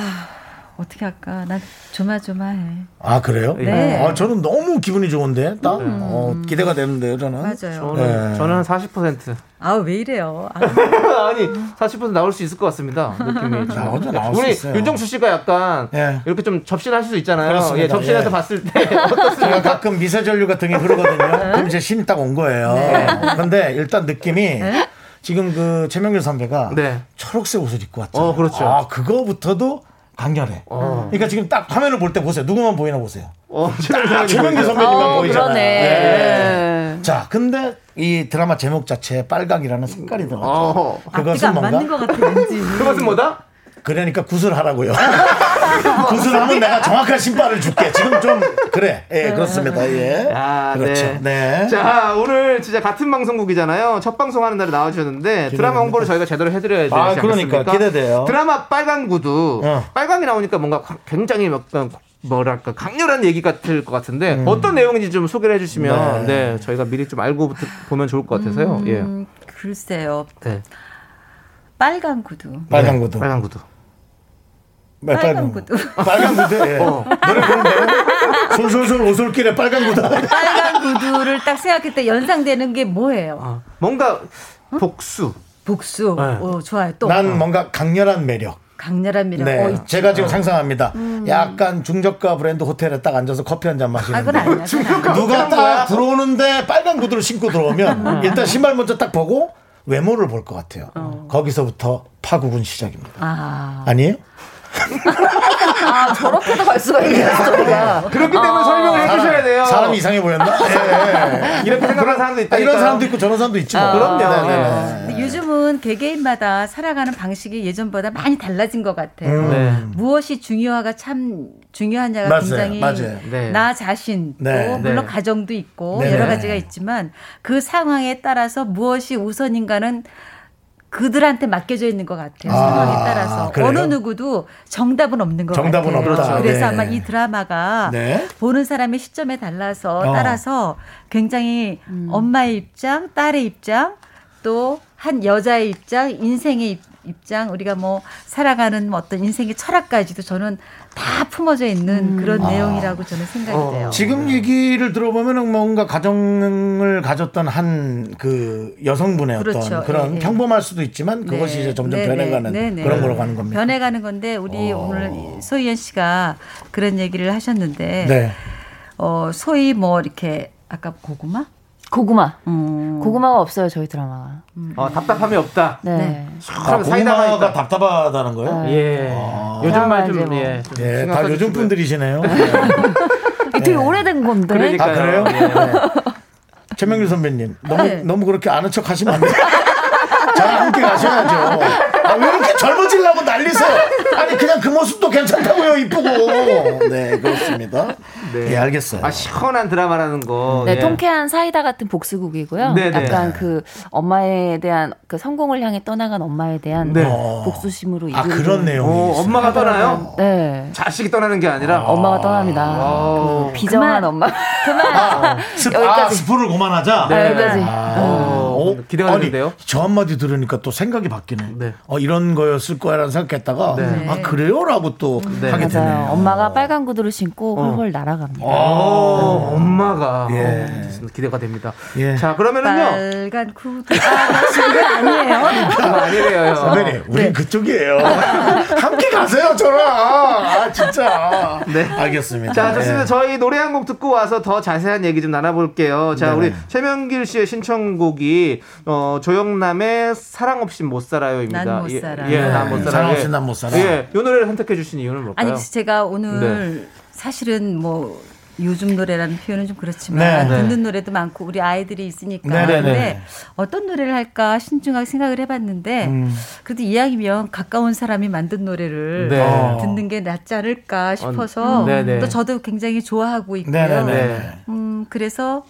Speaker 8: 어떻게 할까? 난 조마조마해.
Speaker 1: 아 그래요?
Speaker 8: 네.
Speaker 1: 아 저는 너무 기분이 좋은데 딱 어, 기대가 되는데요 저는.
Speaker 8: 맞아요.
Speaker 2: 저는
Speaker 1: 네.
Speaker 2: 저는 한 40%.
Speaker 8: 아 왜 이래요? 아,
Speaker 2: 아니, 40% 나올 수 있을 것 같습니다. 느낌이.
Speaker 1: 나오죠, 나올 수
Speaker 2: 우리
Speaker 1: 있어요.
Speaker 2: 윤정수 씨가 약간
Speaker 1: 예.
Speaker 2: 이렇게 좀 접신을 하실 수 있잖아요.
Speaker 1: 그렇습니다.
Speaker 2: 예, 접신해서
Speaker 1: 예.
Speaker 2: 봤을 때 어떻습니까?
Speaker 1: 제가 가끔 미세전류 같은 게 흐르거든요. 그럼 이제 신이 딱 온 거예요. 근데 일단 느낌이 지금 그 최명길 선배가
Speaker 2: 네.
Speaker 1: 초록색 옷을 입고 왔잖아요.
Speaker 2: 어, 그렇죠.
Speaker 1: 아 그거부터도 강렬해.
Speaker 2: 어.
Speaker 1: 그러니까 지금 딱 화면을 볼 때 보세요. 누구만 보이나 보세요.
Speaker 2: 어, 제가
Speaker 1: 아, 최명길 선배님만
Speaker 9: 어,
Speaker 1: 보이잖아요.
Speaker 9: 그러네.
Speaker 1: 네. 자, 근데 이 드라마 제목 자체에 빨강이라는 색깔이 들어가죠.
Speaker 2: 어.
Speaker 1: 그것은
Speaker 8: 앞뒤가 아, 안
Speaker 1: 뭔가
Speaker 8: 맞는 것 같아 왠지.
Speaker 2: 그것은 뭐다?
Speaker 1: 그러니까 구슬하라고요. 구슬하면 내가 정확한 신발을 줄게. 지금 좀 그래. 예, 그렇습니다. 예.
Speaker 2: 아,
Speaker 1: 그렇죠. 네.
Speaker 2: 자, 오늘 진짜 같은 방송국이잖아요. 첫 방송하는 날에 나와주셨는데 드라마 홍보를 저희가 제대로 해드려야 되지
Speaker 1: 아,
Speaker 2: 않겠습니까?
Speaker 1: 그러니까 기대돼요.
Speaker 2: 드라마 빨간 구두.
Speaker 1: 어.
Speaker 2: 빨강이 나오니까 뭔가 굉장히 약간 뭐랄까 강렬한 얘기 같을 것 같은데
Speaker 1: 음.
Speaker 2: 어떤 내용인지 좀 소개를 해주시면 네. 저희가 미리 좀 알고 부터 보면 좋을 것 같아서요.
Speaker 8: 음, 글쎄요.
Speaker 2: 예. 네.
Speaker 8: 빨간 구두.
Speaker 1: 빨간 구두.
Speaker 2: 빨간 구두.
Speaker 1: 네,
Speaker 8: 빨간 구두.
Speaker 1: 빨간 구두. 예.
Speaker 2: 어.
Speaker 1: 노래 부른대요. 솔솔솔 오솔길에 빨간 구두.
Speaker 2: 어.
Speaker 8: 빨간 구두를 딱 생각할 때 연상되는 게 뭐예요?
Speaker 2: 아, 뭔가 복수.
Speaker 8: 복수. 오, 좋아요. 또
Speaker 1: 네. 난 뭔가 강렬한 매력.
Speaker 8: 강렬한 미련.
Speaker 1: 네.
Speaker 8: 어, 이-
Speaker 1: 제가 지금 상상합니다. 약간 중저가 브랜드 호텔에 딱 앉아서 커피 한 잔
Speaker 8: 아,
Speaker 1: 마시는.
Speaker 8: 그건 아니야. 그건 아니야.
Speaker 1: 누가 딱 들어오는데 빨간 구두를 신고
Speaker 8: 음.
Speaker 1: 들어오면 일단 신발 먼저 딱 보고 외모를 볼 것 같아요. 거기서부터 파국은 시작입니다.
Speaker 8: 어. 아,
Speaker 1: 아니에요?
Speaker 9: 아, 저렇게도 갈 수가 있네요, 스토리가.
Speaker 2: 그렇기 때문에 설명을 해주셔야 네. 돼요.
Speaker 1: 아,
Speaker 2: 네.
Speaker 1: 사람 이상해 보였나? 예.
Speaker 2: 이렇게 생각하는 사람도 있다.
Speaker 1: 아, 이런 사람도 있고 저런 사람도 있지 뭐.
Speaker 2: 그럼요.
Speaker 1: 네네네.
Speaker 8: 근데 요즘은 개개인마다 살아가는 방식이 예전보다 많이 달라진 것 같아요.
Speaker 1: 음.
Speaker 2: 네.
Speaker 8: 무엇이 중요하가 참 중요하냐가
Speaker 1: 맞아요,
Speaker 8: 굉장히
Speaker 1: 맞아요.
Speaker 2: 네.
Speaker 8: 나 자신 또
Speaker 1: 네.
Speaker 2: 네.
Speaker 8: 물론 가정도 있고
Speaker 1: 네.
Speaker 8: 여러 가지가 있지만 그 상황에 따라서 무엇이 우선인가는 그들한테 맡겨져 있는 것 같아요.
Speaker 1: 아,
Speaker 8: 상황에 따라서
Speaker 1: 그래요?
Speaker 8: 어느 누구도 정답은 없는 것
Speaker 1: 정답은
Speaker 8: 같아요.
Speaker 1: 없다. 그렇죠.
Speaker 8: 그래서
Speaker 1: 네.
Speaker 8: 아마 이 드라마가
Speaker 1: 네.
Speaker 8: 보는 사람의 시점에 달라서
Speaker 1: 어.
Speaker 8: 따라서 굉장히
Speaker 9: 음.
Speaker 8: 엄마의 입장, 딸의 입장, 또 한 여자의 입장, 인생의 입- 입장, 우리가 뭐 살아가는 뭐 어떤 인생의 철학까지도 저는 다 품어져 있는
Speaker 9: 음.
Speaker 8: 그런
Speaker 9: 아.
Speaker 8: 내용이라고 저는 생각이 돼요.
Speaker 1: 어.
Speaker 2: 네.
Speaker 1: 지금 얘기를 들어보면 뭔가 가정을 가졌던 한 그 여성분의 어떤
Speaker 8: 그렇죠.
Speaker 1: 그런
Speaker 8: 예, 예.
Speaker 1: 평범할 수도 있지만 그것이
Speaker 8: 네.
Speaker 1: 이제 점점
Speaker 8: 네,
Speaker 1: 변해가는
Speaker 8: 네, 네,
Speaker 1: 그런
Speaker 8: 네.
Speaker 1: 걸로 가는 어. 겁니다.
Speaker 8: 변해가는 건데 우리 오늘 이 소희연 씨가 그런 얘기를 하셨는데
Speaker 1: 네.
Speaker 8: 어 소희 뭐 이렇게 아까 고구마?
Speaker 9: 고구마.
Speaker 8: 음.
Speaker 9: 고구마가 없어요, 저희 드라마가.
Speaker 2: 어, 답답함이 없다.
Speaker 9: 네.
Speaker 1: 아,
Speaker 2: 그럼 사이다가
Speaker 1: 고구마가
Speaker 2: 있다.
Speaker 1: 답답하다는 거예요?
Speaker 2: 예. 요즘
Speaker 9: 그나마
Speaker 2: 말좀
Speaker 9: 이제 뭐.
Speaker 2: 예. 좀
Speaker 1: 예, 다
Speaker 2: 생각해
Speaker 1: 요즘
Speaker 2: 주시고요.
Speaker 1: 분들이시네요.
Speaker 9: 이게 되게 오래된 건데.
Speaker 2: 그러니까.
Speaker 1: 아, 그래요?
Speaker 2: 예.
Speaker 1: 네. 최명규 선배님, 너무,
Speaker 8: 네.
Speaker 1: 너무 그렇게 아는 척 하시면 안 돼요. 저랑 함께 가셔야죠. 아, 왜 이렇게 젊어지려고 난리세요? 아니, 그냥 그 모습도 괜찮다고요, 이쁘고. 네, 그렇습니다.
Speaker 2: 네.
Speaker 1: 예, 알겠어요.
Speaker 2: 아 시원한 드라마라는 거.
Speaker 9: 네,
Speaker 2: 예.
Speaker 9: 통쾌한 사이다 같은 복수극이고요.
Speaker 2: 네, 네.
Speaker 9: 약간 그 엄마에 대한 그 성공을 향해 떠나간 엄마에 대한
Speaker 2: 네.
Speaker 9: 복수심으로
Speaker 1: 아,
Speaker 9: 이루어진-
Speaker 1: 그런 내용이.
Speaker 2: 오,
Speaker 1: 있어요.
Speaker 2: 엄마가 떠나요?
Speaker 9: 네.
Speaker 2: 자식이 떠나는 게 아니라.
Speaker 9: 엄마가 떠납니다.
Speaker 2: 어.
Speaker 9: 그 비정한 엄마. 그만.
Speaker 1: 스, 아,
Speaker 9: 여기까지.
Speaker 1: 스포를 그만하자.
Speaker 9: 네, 여기까지.
Speaker 2: 어, 기대가 되는데요.
Speaker 1: 아니, 저 한마디 들으니까 또 생각이 바뀌네.
Speaker 2: 네.
Speaker 1: 어, 이런 거였을 거야라는 생각했다가
Speaker 8: 네.
Speaker 1: 아 그래요라고 또
Speaker 2: 네.
Speaker 1: 하게 되네요.
Speaker 9: 맞아요. 엄마가 빨간 구두를 신고 홀홀 날아갑니다.
Speaker 2: 어, 엄마가.
Speaker 1: 예.
Speaker 2: 어, 기대가 됩니다.
Speaker 1: 예.
Speaker 2: 자, 그러면은요.
Speaker 8: 빨간 구두. 아, 나 지금 그건 아니에요.
Speaker 2: 아, 아니래요.
Speaker 1: 선배님, 우린
Speaker 2: 네.
Speaker 1: 그쪽이에요. 함께 가세요, 저랑. 아, 진짜.
Speaker 2: 네.
Speaker 1: 알겠습니다.
Speaker 2: 자, 좋습니다.
Speaker 1: 예.
Speaker 2: 저희 노래 한 곡 듣고 와서 더 자세한 얘기 좀 나눠볼게요. 자,
Speaker 1: 네네.
Speaker 2: 우리 최명길 씨의 신청곡이 어, 조영남의 사랑 없이 못 살아요입니다.
Speaker 8: 난못
Speaker 2: 예,
Speaker 8: 살아.
Speaker 2: 예, 난 못 살아.
Speaker 1: 네. 사랑
Speaker 2: 예.
Speaker 1: 없이 난못 살아.
Speaker 2: 예, 이 노래를 선택해 주신 이유는 뭘까요?
Speaker 8: 아니, 그래서 제가
Speaker 1: 네.
Speaker 8: 오늘 사실은 뭐 요즘 노래라는 표현은 좀
Speaker 1: 네,
Speaker 8: 그렇지만
Speaker 1: 네.
Speaker 8: 듣는 노래도 많고 우리 아이들이 있으니까
Speaker 1: 네, 네, 네.
Speaker 8: 근데 어떤 노래를 할까 신중하게 생각을 해봤는데
Speaker 1: 음.
Speaker 8: 그래도 이왕이면 가까운 사람이 만든 노래를
Speaker 2: 네.
Speaker 1: 어.
Speaker 8: 듣는 게 낫지 않을까
Speaker 2: 음,
Speaker 8: 싶어서
Speaker 2: 네, 네.
Speaker 8: 또 저도 굉장히 좋아하고 있고요.
Speaker 1: 네, 네네네.
Speaker 8: 음, 그래서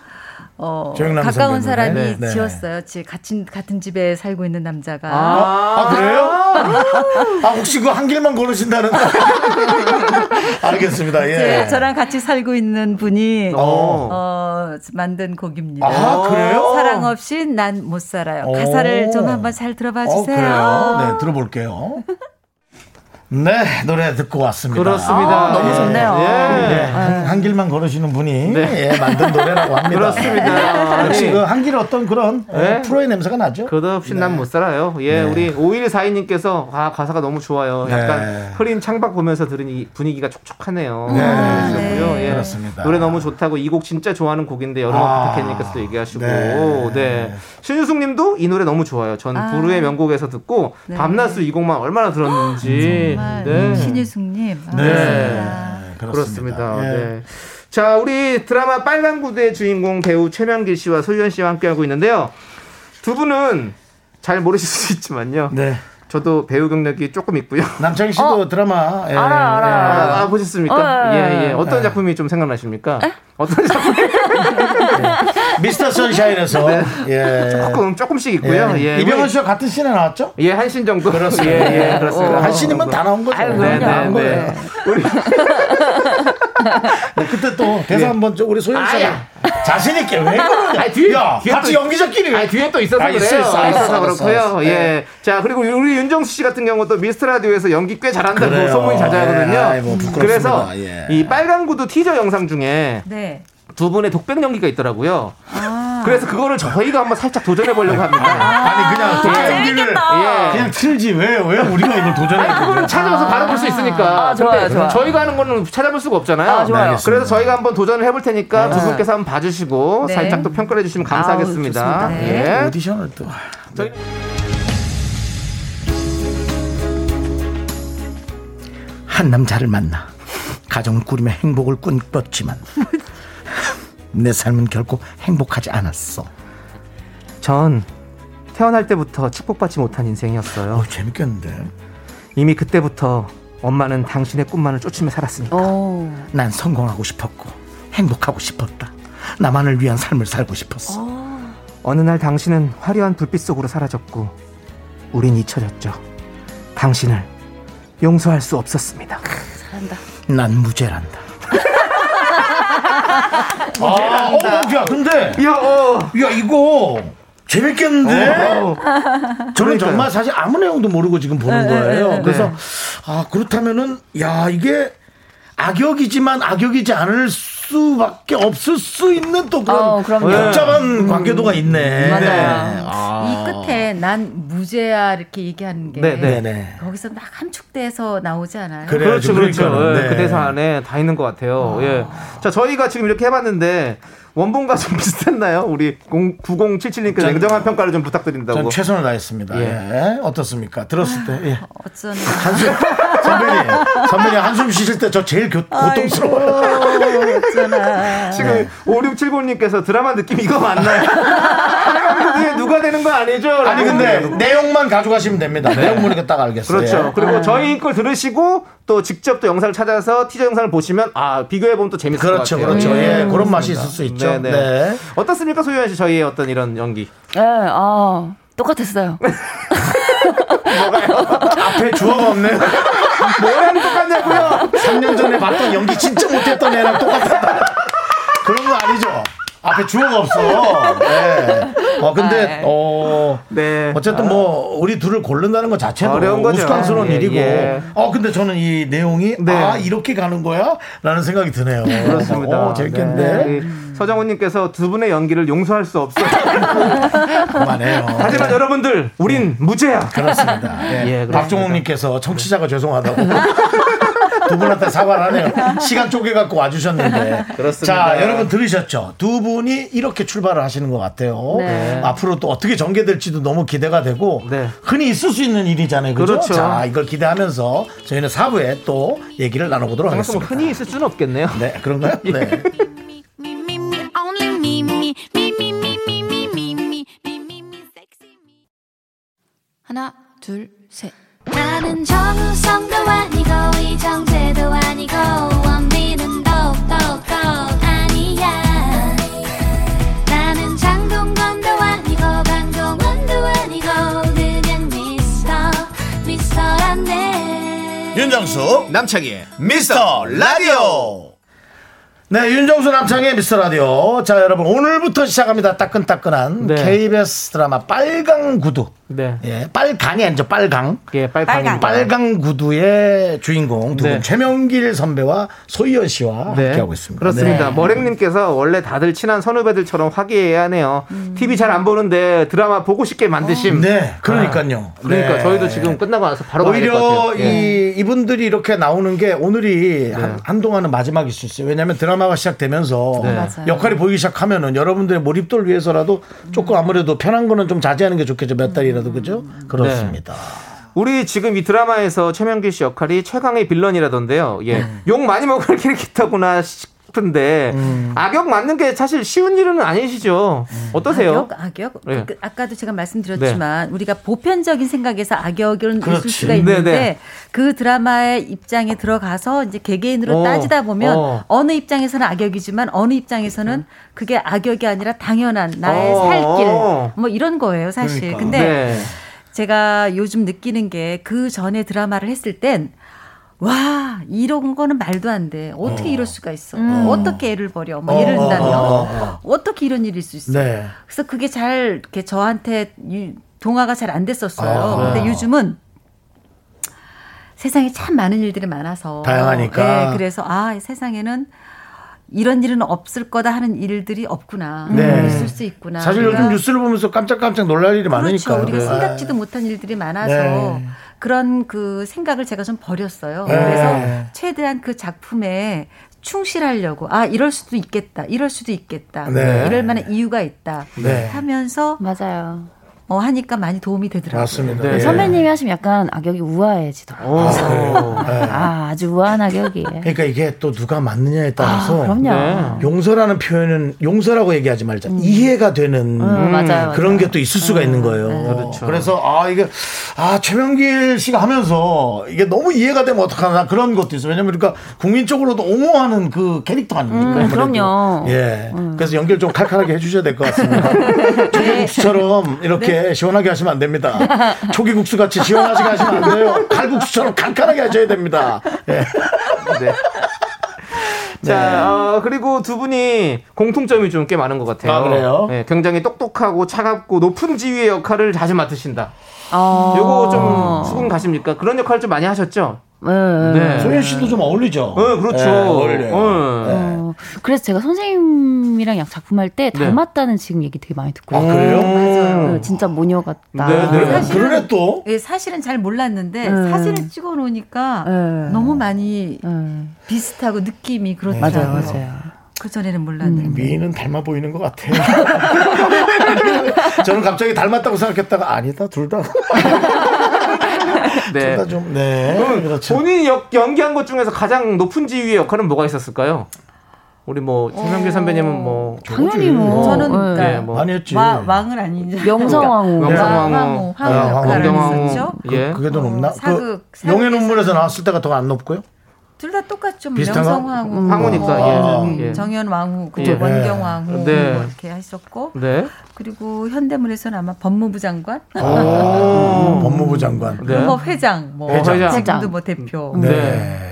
Speaker 8: 어,
Speaker 1: 조영남 선배님.
Speaker 8: 가까운 사람이
Speaker 1: 네.
Speaker 8: 지었어요. 지 같은 같은 집에 살고 있는 남자가.
Speaker 2: 아,
Speaker 1: 아, 그래요? 아, 혹시 그 한 길만 걸으신다는. 알겠습니다,
Speaker 8: 제-
Speaker 1: 예.
Speaker 8: 네, 저랑 같이 살고 있는 분이
Speaker 2: 어.
Speaker 8: 어, 만든 곡입니다.
Speaker 1: 아, 그래요?
Speaker 8: 사랑 없이 난 못 살아요.
Speaker 1: 오.
Speaker 8: 가사를 좀 한번 잘 들어봐
Speaker 1: 어,
Speaker 8: 주세요.
Speaker 1: 그래요? 네, 들어볼게요. 네, 노래 듣고 왔습니다.
Speaker 2: 그렇습니다.
Speaker 9: 아, 너무
Speaker 2: 예.
Speaker 9: 좋네요.
Speaker 2: 예.
Speaker 1: 네, 한, 한 길만 걸으시는 분이 예, 만든 노래라고 합니다.
Speaker 2: 그렇습니다.
Speaker 1: 역시
Speaker 2: 네. 아니,
Speaker 1: 그 한 길 어떤 그런
Speaker 2: 네.
Speaker 1: 어, 프로의 냄새가 나죠? 네.
Speaker 2: 그러다 없이 난 못 살아요. 예, 우리 5142님께서 아, 가사가 너무 좋아요. 약간
Speaker 1: 네.
Speaker 2: 흐린 창밖 보면서 들은 이 분위기가 촉촉하네요.
Speaker 1: 네.
Speaker 2: 그러시고요. 예.
Speaker 1: 그렇습니다.
Speaker 2: 노래 너무 좋다고 이 곡 진짜 좋아하는 곡인데 여름
Speaker 1: 아.
Speaker 2: 어떻게니까서 얘기하시고.
Speaker 1: 네.
Speaker 2: 네. 신유숙 님도 이 노래 너무 좋아요. 전 부르의 명곡에서 듣고
Speaker 8: 네. 아,
Speaker 2: 밤낮으로 이 곡만 얼마나 들었는지.
Speaker 8: 정말
Speaker 2: 네.
Speaker 8: 음, 신유숙님. 아, 감사합니다.
Speaker 1: 네,
Speaker 2: 그렇습니다.
Speaker 1: 예.
Speaker 2: 네. 자, 우리 드라마 빨간 구대 주인공 배우 최명길 씨와 소유현 씨와 함께하고 있는데요. 두 분은 잘 모르실 수 있지만요.
Speaker 1: 네.
Speaker 2: 저도 배우 경력이 조금 있고요.
Speaker 1: 남창희 씨도 드라마 예,
Speaker 9: 어? 알아, 알아.
Speaker 1: 예.
Speaker 2: 아, 보셨습니까?
Speaker 9: 어,
Speaker 2: 예, 예. 어떤
Speaker 1: 예.
Speaker 2: 작품이 좀 생각나십니까? 어떤 작품이
Speaker 1: 네. 미스터 선샤인에서 예.
Speaker 2: 네. 조금, 조금씩 있고요.
Speaker 1: 예.
Speaker 2: 예.
Speaker 1: 이병헌
Speaker 2: 우리-
Speaker 1: 씨와 같은 씬에 나왔죠?
Speaker 2: 예, 한신 정도. 그렇습니다. 예, 예, 그렇습니다.
Speaker 1: 어. 한 씬이면 다 나온 거죠.
Speaker 9: 아유,
Speaker 2: 네,
Speaker 9: 그럼요.
Speaker 1: 나온
Speaker 2: 네,
Speaker 1: 거예요.
Speaker 2: 네. 우리
Speaker 1: 네, 그때 또 대사 한번 좀 우리 소영 씨가 자신 있게 왜 그러냐?
Speaker 2: 예. 아, 아니, 뒤에-
Speaker 1: 야,
Speaker 2: 뒤에
Speaker 1: 같이
Speaker 2: 또-
Speaker 1: 연기자끼리.
Speaker 2: 아, 뒤에 또 있어서
Speaker 1: 아, 있어,
Speaker 2: 그래요.
Speaker 1: 있어,
Speaker 2: 아, 있어서
Speaker 1: 알았어,
Speaker 2: 그렇고요.
Speaker 1: 알았어.
Speaker 2: 예.
Speaker 1: 네.
Speaker 2: 자, 그리고 우리 윤정수 씨 같은 경우도 미스트 라디오에서 연기 꽤 잘한다고
Speaker 1: 그래요.
Speaker 2: 소문이 자자하거든요.
Speaker 1: 예, 아이, 뭐 부끄럽습니다.
Speaker 2: 그래서
Speaker 1: 예.
Speaker 2: 이 빨간 구두 티저 영상 중에
Speaker 8: 네.
Speaker 2: 두 분의 독백 연기가 있더라고요.
Speaker 8: 아.
Speaker 2: 그래서 그거를 저희가 한번 살짝 도전해 보려고 합니다.
Speaker 1: 아니 그냥 독자 연기를
Speaker 2: 예.
Speaker 1: 그냥 틀지 왜 왜 우리가 이걸 도전해?
Speaker 2: 그거를 찾아서 바로 볼 수 있으니까.
Speaker 9: 아, 좋아요,
Speaker 2: 근데
Speaker 9: 좋아요.
Speaker 2: 저희가 하는 거는 찾아볼 수가 없잖아요.
Speaker 9: 아,
Speaker 1: 네,
Speaker 9: 좋아요.
Speaker 1: 알겠습니다.
Speaker 2: 그래서 저희가 한번 도전을 해볼 테니까 두
Speaker 9: 네.
Speaker 2: 분께서 한번 봐주시고
Speaker 8: 네.
Speaker 2: 살짝 또 평가해 주시면 감사하겠습니다.
Speaker 9: 아우, 좋습니다.
Speaker 2: 예.
Speaker 1: 네, 오디션을 또
Speaker 2: 저희-
Speaker 1: 한 남자를 만나 가정을 꾸리며 행복을 꿈꿨지만 내 삶은 결코 행복하지 않았어.
Speaker 2: 전 태어날 때부터 축복받지 못한 인생이었어요.
Speaker 1: 어, 재밌겠는데.
Speaker 2: 이미 그때부터 엄마는 당신의 꿈만을 쫓으며 살았으니까.
Speaker 9: 오.
Speaker 1: 난 성공하고 싶었고 행복하고 싶었다. 나만을 위한 삶을 살고 싶었어.
Speaker 2: 어느 날 당신은 화려한 불빛 속으로 사라졌고 우린 잊혀졌죠. 당신을 용서할 수 없었습니다.
Speaker 1: 난 무죄란다. 아, 어, 야, 근데
Speaker 2: 야, 어.
Speaker 1: 야 이거 재밌겠는데?
Speaker 2: 어.
Speaker 1: 저는
Speaker 2: 그러니까요. 네.
Speaker 1: 정말 사실 아무 내용도 모르고 지금
Speaker 9: 네,
Speaker 1: 보는 거예요. 그래서 아 그렇다면은 야 이게 악역이지만 악역이지 않을 수밖에 없을 수 있는 또 그런
Speaker 9: 어, 그럼요.
Speaker 1: 복잡한 관계도가 있네.
Speaker 9: 맞아요.
Speaker 1: 네. 아,
Speaker 8: 이 끝에 난 무죄야 이렇게 얘기하는 게
Speaker 2: 네,
Speaker 1: 네, 네.
Speaker 8: 거기서 막 함축돼서 나오지 않아요?
Speaker 1: 그래요.
Speaker 2: 그렇죠, 그렇죠.
Speaker 1: 네, 그러니까요.
Speaker 2: 예,
Speaker 1: 네.
Speaker 2: 그 대사 안에 다 있는 것 같아요. 예. 자, 저희가 지금 이렇게 해봤는데 원본과 좀 비슷했나요? 우리 0, 9077님께 냉정한 평가를 좀 부탁드린다고.
Speaker 1: 전 최선을 다했습니다.
Speaker 2: 예.
Speaker 1: 예. 어떻습니까? 들었을 때 예.
Speaker 8: 어쩌나.
Speaker 1: 한숨 선배님 선배님 한숨 쉬실 때 저 제일 교, 고통스러워요.
Speaker 8: 아이고, 어쩌나.
Speaker 2: 지금
Speaker 1: 네.
Speaker 2: 5679님께서 드라마 느낌 이거 맞나요? 빨간구두에 누가 되는 거 아니죠?
Speaker 1: 아니 근데 내용만 가져가시면 됩니다. 내용 보니까 딱 알겠어요.
Speaker 2: 그렇죠.
Speaker 1: 예.
Speaker 2: 그리고 저희 걸 들으시고 또 직접 또 영상을 찾아서 티저 영상을 보시면 아 비교해 보면 또 재밌을
Speaker 1: 그렇죠,
Speaker 2: 것 같아요.
Speaker 1: 그렇죠.
Speaker 2: 네.
Speaker 1: 예, 그런 맛이 있을 수 있죠.
Speaker 2: 네, 네.
Speaker 1: 네.
Speaker 2: 어떻습니까 소유한 씨 저희의 어떤 이런 연기?
Speaker 9: 예, 아, 똑같았어요.
Speaker 1: 앞에 주어가 없네요.
Speaker 2: 뭐랑 똑같냐고요?
Speaker 1: 3년 전에 봤던 연기 진짜 못했던 애랑 똑같았다. 그런 거 아니죠? 앞에 주어가 없어. 네. 어, 근데,
Speaker 9: 아, 예.
Speaker 1: 어.
Speaker 2: 네.
Speaker 1: 어쨌든 뭐 우리 둘을 고른다는 것 자체도
Speaker 2: 어려운 거죠.
Speaker 1: 우스꽝스러운
Speaker 2: 예,
Speaker 1: 일이고
Speaker 2: 예.
Speaker 1: 어 근데 저는 이 내용이
Speaker 2: 네.
Speaker 1: 아 이렇게 가는 거야 라는 생각이 드네요
Speaker 2: 그렇습니다.
Speaker 1: 어, 재밌겠는데
Speaker 2: 네. 서장훈님께서 두 분의 연기를 용서할 수 없어.
Speaker 1: 그만해요.
Speaker 2: 하지만 여러분들, 우린 무죄야.
Speaker 1: 그렇습니다. 예.
Speaker 2: 예, 그렇습니다.
Speaker 1: 박종욱님께서 청취자가 죄송하다고. 두 분한테 사과를 하네요. 시간 쪼개갖고 와주셨는데.
Speaker 2: 그렇습니다.
Speaker 1: 자, 여러분 들으셨죠? 두 분이 이렇게 출발을 하시는 것 같아요.
Speaker 9: 네.
Speaker 1: 앞으로 또 어떻게 전개될지도 너무 기대가 되고
Speaker 2: 네.
Speaker 1: 흔히 있을 수 있는 일이잖아요. 그죠?
Speaker 2: 그렇죠.
Speaker 1: 자, 이걸 기대하면서 저희는 사부에 또 얘기를 나눠보도록
Speaker 2: 방송
Speaker 1: 하겠습니다.
Speaker 2: 흔히 예. 있을 수는 없겠네요.
Speaker 1: 네, 그런가요? 네.
Speaker 5: me, me, me, only me, me, me, me, me, me, me, me, me, me, me, me, sexy me.
Speaker 10: 하나, 둘, 셋.
Speaker 5: 나는 정우성도 아니고 이정재도 아니고 원빈은 더욱더 아니야 나는 장동건도 아니고 강동원도 아니고 그냥 미스터 미스터란데
Speaker 4: 윤정수 남창희의 미스터 라디오
Speaker 1: 네, 윤정수 남창의 미스터 라디오. 자, 여러분, 오늘부터 시작합니다. 따끈따끈한
Speaker 2: 네.
Speaker 1: KBS 드라마 빨강 구두.
Speaker 2: 네.
Speaker 1: 예, 빨강이 아니죠. 빨강.
Speaker 2: 예, 빨강.
Speaker 1: 빨강 구두의 주인공 두 분,
Speaker 2: 네.
Speaker 1: 최명길 선배와 소희연 씨와 함께하고 있습니다.
Speaker 2: 그렇습니다.
Speaker 1: 네.
Speaker 2: 머랭님께서 원래 다들 친한 선후배들처럼 화기애애하네요.
Speaker 8: 음.
Speaker 2: TV 잘 안 보는데 드라마 보고 싶게 만드심.
Speaker 1: 네, 그러니까요.
Speaker 2: 아, 그러니까
Speaker 1: 네.
Speaker 2: 저희도 지금 끝나고 나서 바로 가야 될것
Speaker 1: 오히려
Speaker 2: 같아요. 네.
Speaker 1: 이
Speaker 2: 예.
Speaker 1: 이분들이 이렇게 나오는 게 오늘이 한, 한동안은 마지막일 수 있어요. 왜냐하면 드라마가 시작되면서
Speaker 2: 네.
Speaker 8: 네,
Speaker 9: 맞아요.
Speaker 1: 역할이 보이기 시작하면은 여러분들의 몰입도를 위해서라도 조금
Speaker 8: 음.
Speaker 1: 아무래도 편한 거는 좀 자제하는 게 좋겠죠. 몇 달이라도 그죠? 그렇습니다.
Speaker 8: 네.
Speaker 2: 우리 지금 이 드라마에서 최명길 씨 역할이 최강의 빌런이라던데요. 예.
Speaker 1: 음.
Speaker 2: 욕 많이 먹을 캐릭터구나 싶은데
Speaker 1: 음.
Speaker 2: 악역 맞는 게 사실 쉬운 일은 아니시죠. 어떠세요?
Speaker 8: 음. 악역, 악역.
Speaker 2: 예.
Speaker 8: 그- 아까도 제가 말씀드렸지만 우리가 보편적인 생각에서 악역은
Speaker 1: 그렇지.
Speaker 8: 있을 수가 있는데
Speaker 2: 네네.
Speaker 8: 그 드라마의 입장에 들어가서 이제 개개인으로
Speaker 2: 어,
Speaker 8: 따지다 보면
Speaker 2: 어.
Speaker 8: 어. 느 입장에서는 악역이지만 어느 입장에서는 그게 악역이 아니라 당연한 나의
Speaker 2: 어,
Speaker 8: 살길
Speaker 2: 어.
Speaker 8: 뭐 이런 거예요 사실.
Speaker 1: 그러니까.
Speaker 8: 근데
Speaker 2: 네.
Speaker 8: 제가 요즘 느끼는 게 그 전에 드라마를 했을 땐 와, 이런 거는 말도 안 돼. 어떻게 이럴 수가 있어. 어떻게 애를 버려. 뭐 예를 들면
Speaker 1: 어,
Speaker 8: 어, 떻게 이런 일일 수 있어.
Speaker 1: 네.
Speaker 8: 그래서 그게 잘 이렇게 저한테 유- 동화가 잘 안 됐었어요.
Speaker 1: 아,
Speaker 8: 근데
Speaker 1: 그래요?
Speaker 8: 요즘은 세상에 참 많은 일들이 많아서
Speaker 1: 다양하니까.
Speaker 8: 네, 그래서 아이 세상에는 이런 일은 없을 거다 하는 일들이 없구나.
Speaker 1: 네.
Speaker 8: 있을 수 있구나.
Speaker 1: 사실 요즘
Speaker 8: 우리가
Speaker 1: 뉴스를 보면서 깜짝깜짝 놀랄 일이 많으니까.
Speaker 8: 그렇죠. 우리가
Speaker 1: 네.
Speaker 8: 생각지도 못한 일들이 많아서
Speaker 1: 네.
Speaker 8: 그런 그 생각을 제가 좀 버렸어요.
Speaker 1: 네.
Speaker 8: 그래서 최대한 그 작품에 충실하려고 아 이럴 수도 있겠다, 이럴 수도 있겠다,
Speaker 1: 네.
Speaker 8: 이럴 만한 이유가 있다
Speaker 1: 네.
Speaker 8: 하면서
Speaker 9: 맞아요.
Speaker 8: 뭐 하니까 많이 도움이 되더라고요.
Speaker 1: 맞습니다.
Speaker 2: 네.
Speaker 1: 예.
Speaker 9: 선배님이 하시면 약간 악역이 우아해지더라고요.
Speaker 8: 어.
Speaker 2: 오.
Speaker 9: 아, 아주 우아한 악역이에요.
Speaker 1: 그러니까 이게 또 누가 맞느냐에
Speaker 9: 아,
Speaker 1: 따라서
Speaker 9: 그럼요.
Speaker 2: 네.
Speaker 1: 용서라는 표현은 용서라고 얘기하지 말자. 이해가 되는
Speaker 9: 음, 맞아요. 음. 네. 그렇죠.
Speaker 1: 그런
Speaker 9: 맞아요.
Speaker 1: 게 또 있을 수가 있는 거예요. 그래서아 이게 아 최명길 씨가 하면서 이게 너무 이해가 되면 어떡하나 그런 것도 있어요. 왜냐면 그러니까 국민적으로도 옹호하는 그 캐릭터 아닙니까?
Speaker 9: 음,
Speaker 1: 아무래도.
Speaker 9: 그럼요.
Speaker 1: 예. 그래서 연결 좀 칼칼하게 해주셔야 될 것 같습니다. 초기국수처럼 이렇게 시원하게 하시면 안 됩니다. 초기국수 같이 시원하게 하시면 안 돼요. 칼국수처럼 칼칼하게 하셔야 됩니다. 예.
Speaker 2: 네.
Speaker 8: 네.
Speaker 2: 자, 어, 그리고 두 분이 공통점이 좀 꽤 많은 것 같아요.
Speaker 1: 아, 그래요?
Speaker 2: 네, 굉장히 똑똑하고 차갑고 높은 지위의 역할을 자주 맡으신다.
Speaker 8: 아.
Speaker 9: 어.
Speaker 2: 요거 좀 수긍 가십니까? 그런 역할을 좀 많이 하셨죠?
Speaker 9: 음, 예,
Speaker 8: 네.
Speaker 9: 예.
Speaker 1: 소연 씨도 좀 어울리죠.
Speaker 2: 네, 그렇죠.
Speaker 1: 예, 어울려요.
Speaker 2: 네.
Speaker 1: 예.
Speaker 9: 어, 그래서 제가 선생님이랑 약 작품할 때 닮았다는 지금 얘기 되게 많이 듣고
Speaker 1: 아
Speaker 9: 있어요.
Speaker 1: 그래요?
Speaker 2: 맞아요.
Speaker 9: 어, 진짜 모녀 같다.
Speaker 2: 네, 네.
Speaker 1: 아, 그러네 또.
Speaker 8: 예, 사실은 잘 몰랐는데
Speaker 9: 음.
Speaker 8: 사진을 찍어 놓으니까
Speaker 9: 음.
Speaker 8: 너무 많이
Speaker 9: 음.
Speaker 8: 비슷하고 느낌이 그렇더라고요.
Speaker 9: 맞아요, 맞아요.
Speaker 8: 그 전에는 몰랐는데.
Speaker 1: 미인은 닮아 보이는 것 같아요. 저는 갑자기 닮았다고 생각했다가 아니다 둘 다. 둘 다 좀. 네.
Speaker 2: 그럼
Speaker 1: 그렇죠.
Speaker 2: 본인이 역, 연기한 것 중에서 가장 높은 지위의 역할은 뭐가 있었을까요? 우리 뭐 최명규 선배님은 뭐
Speaker 9: 당연히 뭐.
Speaker 8: 어. 저는
Speaker 9: 예.
Speaker 8: 그러니까
Speaker 2: 예, 뭐
Speaker 1: 많이 했지.
Speaker 8: 와- 왕을 아닌 줄.
Speaker 9: 명성황후.
Speaker 2: 명성황후. 예,
Speaker 8: 황후, 황후
Speaker 1: 아,
Speaker 8: 역할을
Speaker 2: 황경왕후.
Speaker 8: 했었죠. 어,
Speaker 2: 예.
Speaker 1: 그게 더 높나?
Speaker 8: 사극,
Speaker 1: 그
Speaker 8: 사극에서-
Speaker 1: 용의 눈물에서 나왔을 때가 더 안 높고요.
Speaker 8: 둘 다 똑같죠.
Speaker 1: 비슷한가?
Speaker 8: 명성황후,
Speaker 2: 황후니까,
Speaker 8: 뭐,
Speaker 2: 예. 예.
Speaker 8: 정연왕후, 그
Speaker 2: 예.
Speaker 8: 원경왕후
Speaker 2: 네.
Speaker 8: 뭐 이렇게 했었고
Speaker 2: 네.
Speaker 8: 그리고 현대문에서는 아마 법무부 장관,
Speaker 1: 네. 음, 법무부 장관.
Speaker 2: 네.
Speaker 8: 뭐 회장, 뭐
Speaker 2: 회장.
Speaker 8: 지금도
Speaker 9: 회장.
Speaker 8: 뭐 대표.
Speaker 1: 네.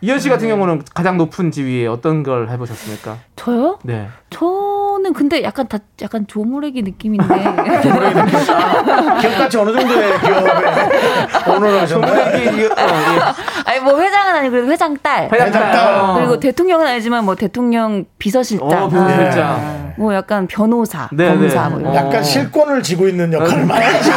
Speaker 2: 이현 씨 같은 경우는 가장 높은 지위에 어떤 걸 해보셨습니까?
Speaker 9: 저요?
Speaker 2: 네.
Speaker 9: 저는 근데 약간 다 약간 조무래기 느낌인데.
Speaker 1: 네. 기업같이 어느 정도의 기업에 오늘 하셨나요?
Speaker 2: 이게, 이게, 어, 예.
Speaker 9: 아니 뭐 회장은 아니고 그래도 회장 딸.
Speaker 1: 네,
Speaker 2: 회장 딸. 회장 딸.
Speaker 9: 그리고 대통령은 아니지만 뭐 대통령 비서실장.
Speaker 2: 어, 비서실장.
Speaker 9: 뭐 약간 변호사,
Speaker 2: 네,
Speaker 9: 검사
Speaker 2: 네.
Speaker 9: 뭐 이런.
Speaker 1: 약간 실권을 지고 있는 역할을 많이 하죠.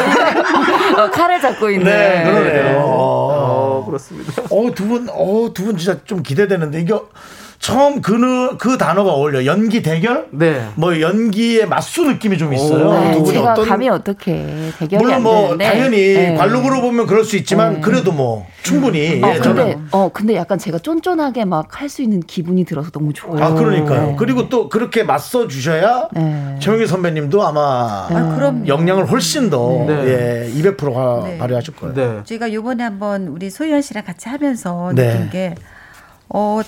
Speaker 9: 어, 칼을 잡고 있는.
Speaker 1: 네, 그러네요. 어,
Speaker 2: 어, 그렇습니다.
Speaker 1: 어, 두 분, 어, 두 분 진짜 좀 기대되는데, 이게 처음 그, 느- 그 단어가 어울려. 연기 대결?
Speaker 2: 네.
Speaker 1: 뭐 연기의 맞수 느낌이 좀 있어요.
Speaker 9: 네,
Speaker 1: 두 분이
Speaker 9: 제가
Speaker 1: 뭐 어떤.
Speaker 9: 감이 어떻게 대결이
Speaker 1: 물론
Speaker 9: 안
Speaker 1: 뭐
Speaker 9: 되는데.
Speaker 1: 당연히
Speaker 9: 네.
Speaker 1: 관록으로 보면 그럴 수 있지만 그래도 뭐 충분히
Speaker 9: 어,
Speaker 1: 예,
Speaker 9: 근데,
Speaker 1: 저는
Speaker 9: 어, 근데 약간 제가 쫀쫀하게 막 할 수 있는 기분이 들어서 너무 좋아요.
Speaker 1: 아 그러니까요. 그리고 또 그렇게 맞서 주셔야
Speaker 9: 음. 네. 음.
Speaker 1: 최영희 선배님도 아마
Speaker 8: 아, 그럼
Speaker 1: 역량을 훨씬 더
Speaker 2: 네.
Speaker 1: 예, 200% 화-
Speaker 8: 네.
Speaker 1: 발휘하실 거예요.
Speaker 2: 네.
Speaker 8: 제가 요번에 한번 우리 소연 씨랑 같이 하면서
Speaker 1: 네.
Speaker 8: 느낀 게, 어,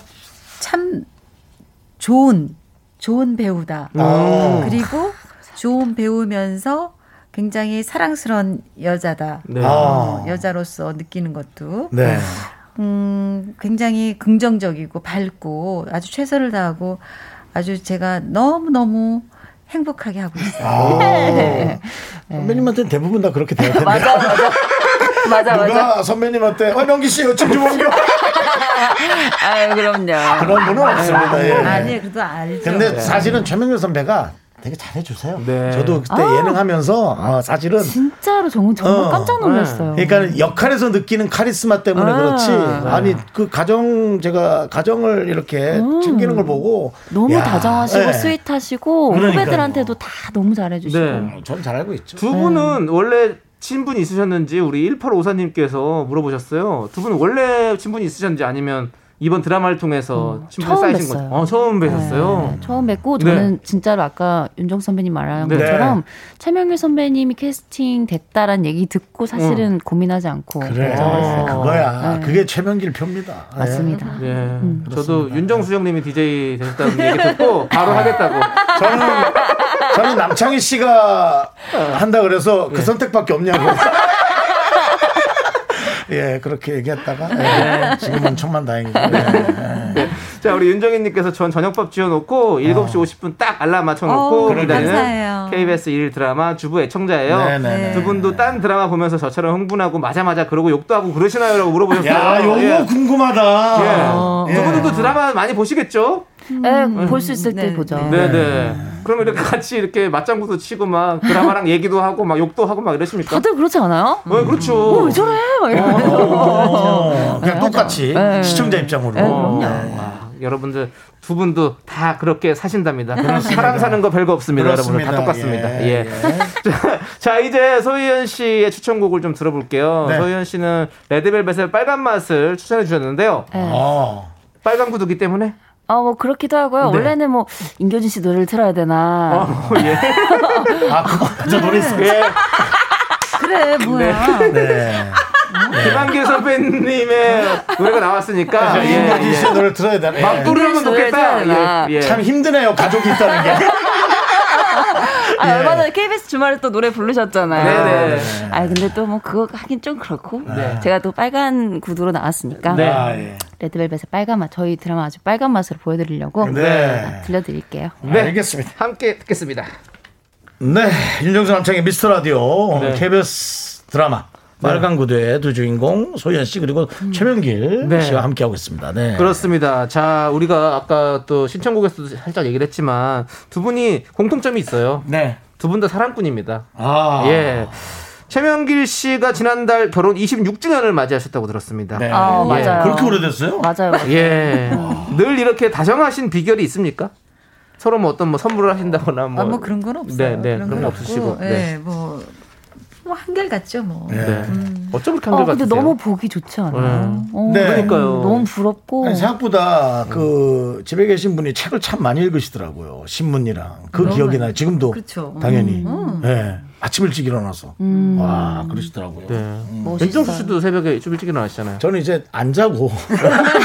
Speaker 8: 참 좋은, 좋은 배우다.
Speaker 1: 아.
Speaker 8: 그리고 좋은 배우면서 굉장히 사랑스러운 여자다. 어,
Speaker 2: 네.
Speaker 9: 어,
Speaker 1: 아.
Speaker 8: 여자로서 느끼는 것도.
Speaker 1: 네.
Speaker 8: 음, 굉장히 긍정적이고 밝고 아주 최선을 다하고 아주 제가 너무너무 행복하게 하고 있어요.
Speaker 1: 아. 선배님한테는 대부분 다 그렇게 돼야 텐데.
Speaker 9: 네. 맞아, 맞아. 맞아, 맞아.
Speaker 1: 누가 선배님한테 어 명기 씨 요즘 좀 옮겨
Speaker 9: 아유, 그럼요.
Speaker 1: 그런 분은 없습니다. 예.
Speaker 8: 아니, 그래도 알죠. 어,
Speaker 1: 근데
Speaker 9: 네.
Speaker 1: 사실은 최명렬 선배가 되게 잘해주세요.
Speaker 2: 네.
Speaker 1: 저도 그때 예능하면서 아, 사실은
Speaker 9: 진짜로 정말, 정말
Speaker 1: 어.
Speaker 9: 깜짝 놀랐어요.
Speaker 1: 그러니까 역할에서 느끼는 카리스마 때문에
Speaker 9: 아.
Speaker 1: 그렇지. 아니 그 가정 제가 가정을 이렇게 챙기는 걸 보고
Speaker 9: 음. 너무
Speaker 1: 야,
Speaker 9: 다정하시고
Speaker 1: 예.
Speaker 9: 스윗하시고
Speaker 1: 그러니까요.
Speaker 9: 후배들한테도 다 너무 잘해주시고
Speaker 2: 네.
Speaker 1: 음, 저는 잘 알고 있죠.
Speaker 2: 두 분은 원래 친분이 있으셨는지 우리 1854님께서 물어보셨어요. 두 분은 원래 친분이 있으셨는지 아니면 이번 드라마를 통해서 친분이
Speaker 9: 처음
Speaker 2: 쌓이신
Speaker 9: 뵀어요.
Speaker 2: 거죠? 어, 처음
Speaker 9: 네,
Speaker 2: 뵈셨어요.
Speaker 9: 처음 뵙고
Speaker 2: 네.
Speaker 9: 저는 진짜로 아까 윤정 선배님 말한
Speaker 2: 네.
Speaker 9: 것처럼 최명일 선배님이 캐스팅 됐다란 얘기 듣고 사실은
Speaker 2: 음.
Speaker 9: 고민하지 않고
Speaker 1: 그래
Speaker 9: 결정했어요.
Speaker 1: 그거야.
Speaker 9: 네.
Speaker 1: 그게 최명길 표입니다. 예.
Speaker 9: 맞습니다.
Speaker 2: 예. 저도 윤정수 형님이 DJ 되셨다는 얘기 듣고 바로 하겠다고.
Speaker 1: 저는 저는 남창희 씨가
Speaker 9: 네.
Speaker 1: 한다 그래서 그 선택밖에 없냐고. 예, 그렇게
Speaker 9: 네.
Speaker 1: 얘기했다가 예, 지금은 천만 다행이고. 예, 예.
Speaker 2: 자, 우리 윤정희님께서 전 저녁밥 지어놓고 7시 50분 딱 알람 맞춰놓고
Speaker 8: 어우,
Speaker 2: 기다리는
Speaker 8: 감사해요.
Speaker 2: KBS 1 드라마 주부 애청자예요.
Speaker 1: 네네네.
Speaker 2: 두 분도 딴 드라마 보면서 저처럼 흥분하고 맞아 맞아 그러고 욕도 하고 그러시나요? 라고 물어보셨어요.
Speaker 1: 야, 요거
Speaker 2: 예.
Speaker 1: 궁금하다.
Speaker 2: 예.
Speaker 1: 예.
Speaker 2: 두 분도 드라마 많이 보시겠죠?
Speaker 9: 네, 볼 수 있을 때
Speaker 8: 네,
Speaker 9: 보죠.
Speaker 8: 네.
Speaker 2: 네네. 그럼 이렇게 같이 이렇게 맞장구도 치고 막 드라마랑 얘기도 하고 막 욕도 하고 막 이러십니까?
Speaker 9: 다들 그렇지 않아요?
Speaker 2: 네, 그렇죠.
Speaker 9: 왜 저래? 막 이러면서.
Speaker 1: 어, 그냥
Speaker 9: 네,
Speaker 1: 똑같이
Speaker 9: 네.
Speaker 1: 시청자 입장으로.
Speaker 9: 네, 그럼요.
Speaker 2: 와, 어, 아, 여러분들 두 분도 다 그렇게 사신답니다. 사람 사는 거 별거 없습니다. 여러분들 다
Speaker 1: 그렇습니다.
Speaker 2: 똑같습니다.
Speaker 1: 예,
Speaker 2: 예. 자, 자, 이제 소희연 씨의 추천곡을 좀 들어볼게요.
Speaker 1: 네.
Speaker 2: 소희연 씨는 레드벨벳의 빨간 맛을 추천해 주셨는데요.
Speaker 1: 어.
Speaker 2: 빨간 구두기 때문에
Speaker 9: 아, 뭐 그렇기도 하고요.
Speaker 2: 네.
Speaker 9: 원래는 뭐 임교진 씨 노래를 틀어야 되나.
Speaker 2: 어, 예.
Speaker 1: 아, 그거 저 노래 있어요.
Speaker 2: 예.
Speaker 8: 그래, 뭐야.
Speaker 1: 네.
Speaker 2: 김한길 선배님의 노래가 나왔으니까 예,
Speaker 1: 네, 이현진
Speaker 2: 예.
Speaker 1: 씨의 노래를 들어야 되네.
Speaker 2: 막 부르면
Speaker 9: 노래
Speaker 2: 좋겠다.
Speaker 9: 좋아하나.
Speaker 2: 예, 예.
Speaker 1: 참 힘드네요, 가족이 있다는 게.
Speaker 9: 아,
Speaker 1: 예.
Speaker 9: 얼마 전에 KBS 주말에 또 노래 부르셨잖아요.
Speaker 2: 네. 예. 네네.
Speaker 9: 아, 근데 또 뭐 그거 하긴 좀 그렇고. 제가 또 빨간 구두로 나왔으니까.
Speaker 2: 네.
Speaker 1: 아, 예.
Speaker 9: 레드벨벳의 빨간 맛, 저희 드라마 아주 빨간 맛으로 보여드리려고 아,
Speaker 1: 네.
Speaker 9: 들려드릴게요.
Speaker 2: 네.
Speaker 1: 알겠습니다.
Speaker 2: 함께 듣겠습니다.
Speaker 1: 네, 윤정수 남창의 미스터 라디오
Speaker 2: 네.
Speaker 1: KBS 드라마 빨간 구두의 두 주인공 소연 씨 그리고 최명길
Speaker 2: 네.
Speaker 1: 씨와 함께 하고 있습니다. 네.
Speaker 2: 그렇습니다. 자, 우리가 아까 또 신청곡에서도 살짝 얘기를 했지만 두 분이 공통점이 있어요.
Speaker 1: 네.
Speaker 2: 두 분 다 사랑꾼입니다.
Speaker 1: 아.
Speaker 2: 예. 최명길 씨가 지난달 결혼 26주년을 맞이하셨다고 들었습니다.
Speaker 1: 네.
Speaker 9: 아, 맞아요.
Speaker 1: 그렇게 오래됐어요?
Speaker 9: 맞아요.
Speaker 2: 예. 늘 이렇게 다정하신 비결이 있습니까? 서로 뭐 어떤 뭐 선물을 하신다거나 뭐.
Speaker 8: 아, 뭐 그런 건 없어요.
Speaker 2: 네, 네. 그런
Speaker 8: 그런
Speaker 2: 건
Speaker 8: 건
Speaker 2: 없으시고.
Speaker 8: 없고, 예,
Speaker 2: 네.
Speaker 8: 뭐, 뭐 한결같죠, 뭐.
Speaker 1: 네.
Speaker 2: 네. 어쩜 이렇게
Speaker 9: 어,
Speaker 2: 한결
Speaker 9: 근데
Speaker 2: 같으세요?
Speaker 9: 너무 보기 좋지 않아요? 어,
Speaker 1: 네.
Speaker 2: 그러니까요.
Speaker 9: 너무 부럽고.
Speaker 1: 아니, 생각보다 그 집에 계신 분이 책을 참 많이 읽으시더라고요. 신문이랑 그 기억이 나요. 지금도
Speaker 8: 그쵸.
Speaker 1: 당연히
Speaker 8: 음.
Speaker 1: 예. 아침 일찍 일어나서 와 그러시더라고요.
Speaker 2: 네. 윤정수 씨도 새벽에 좀 일찍 일어나시잖아요.
Speaker 1: 저는 이제 안 자고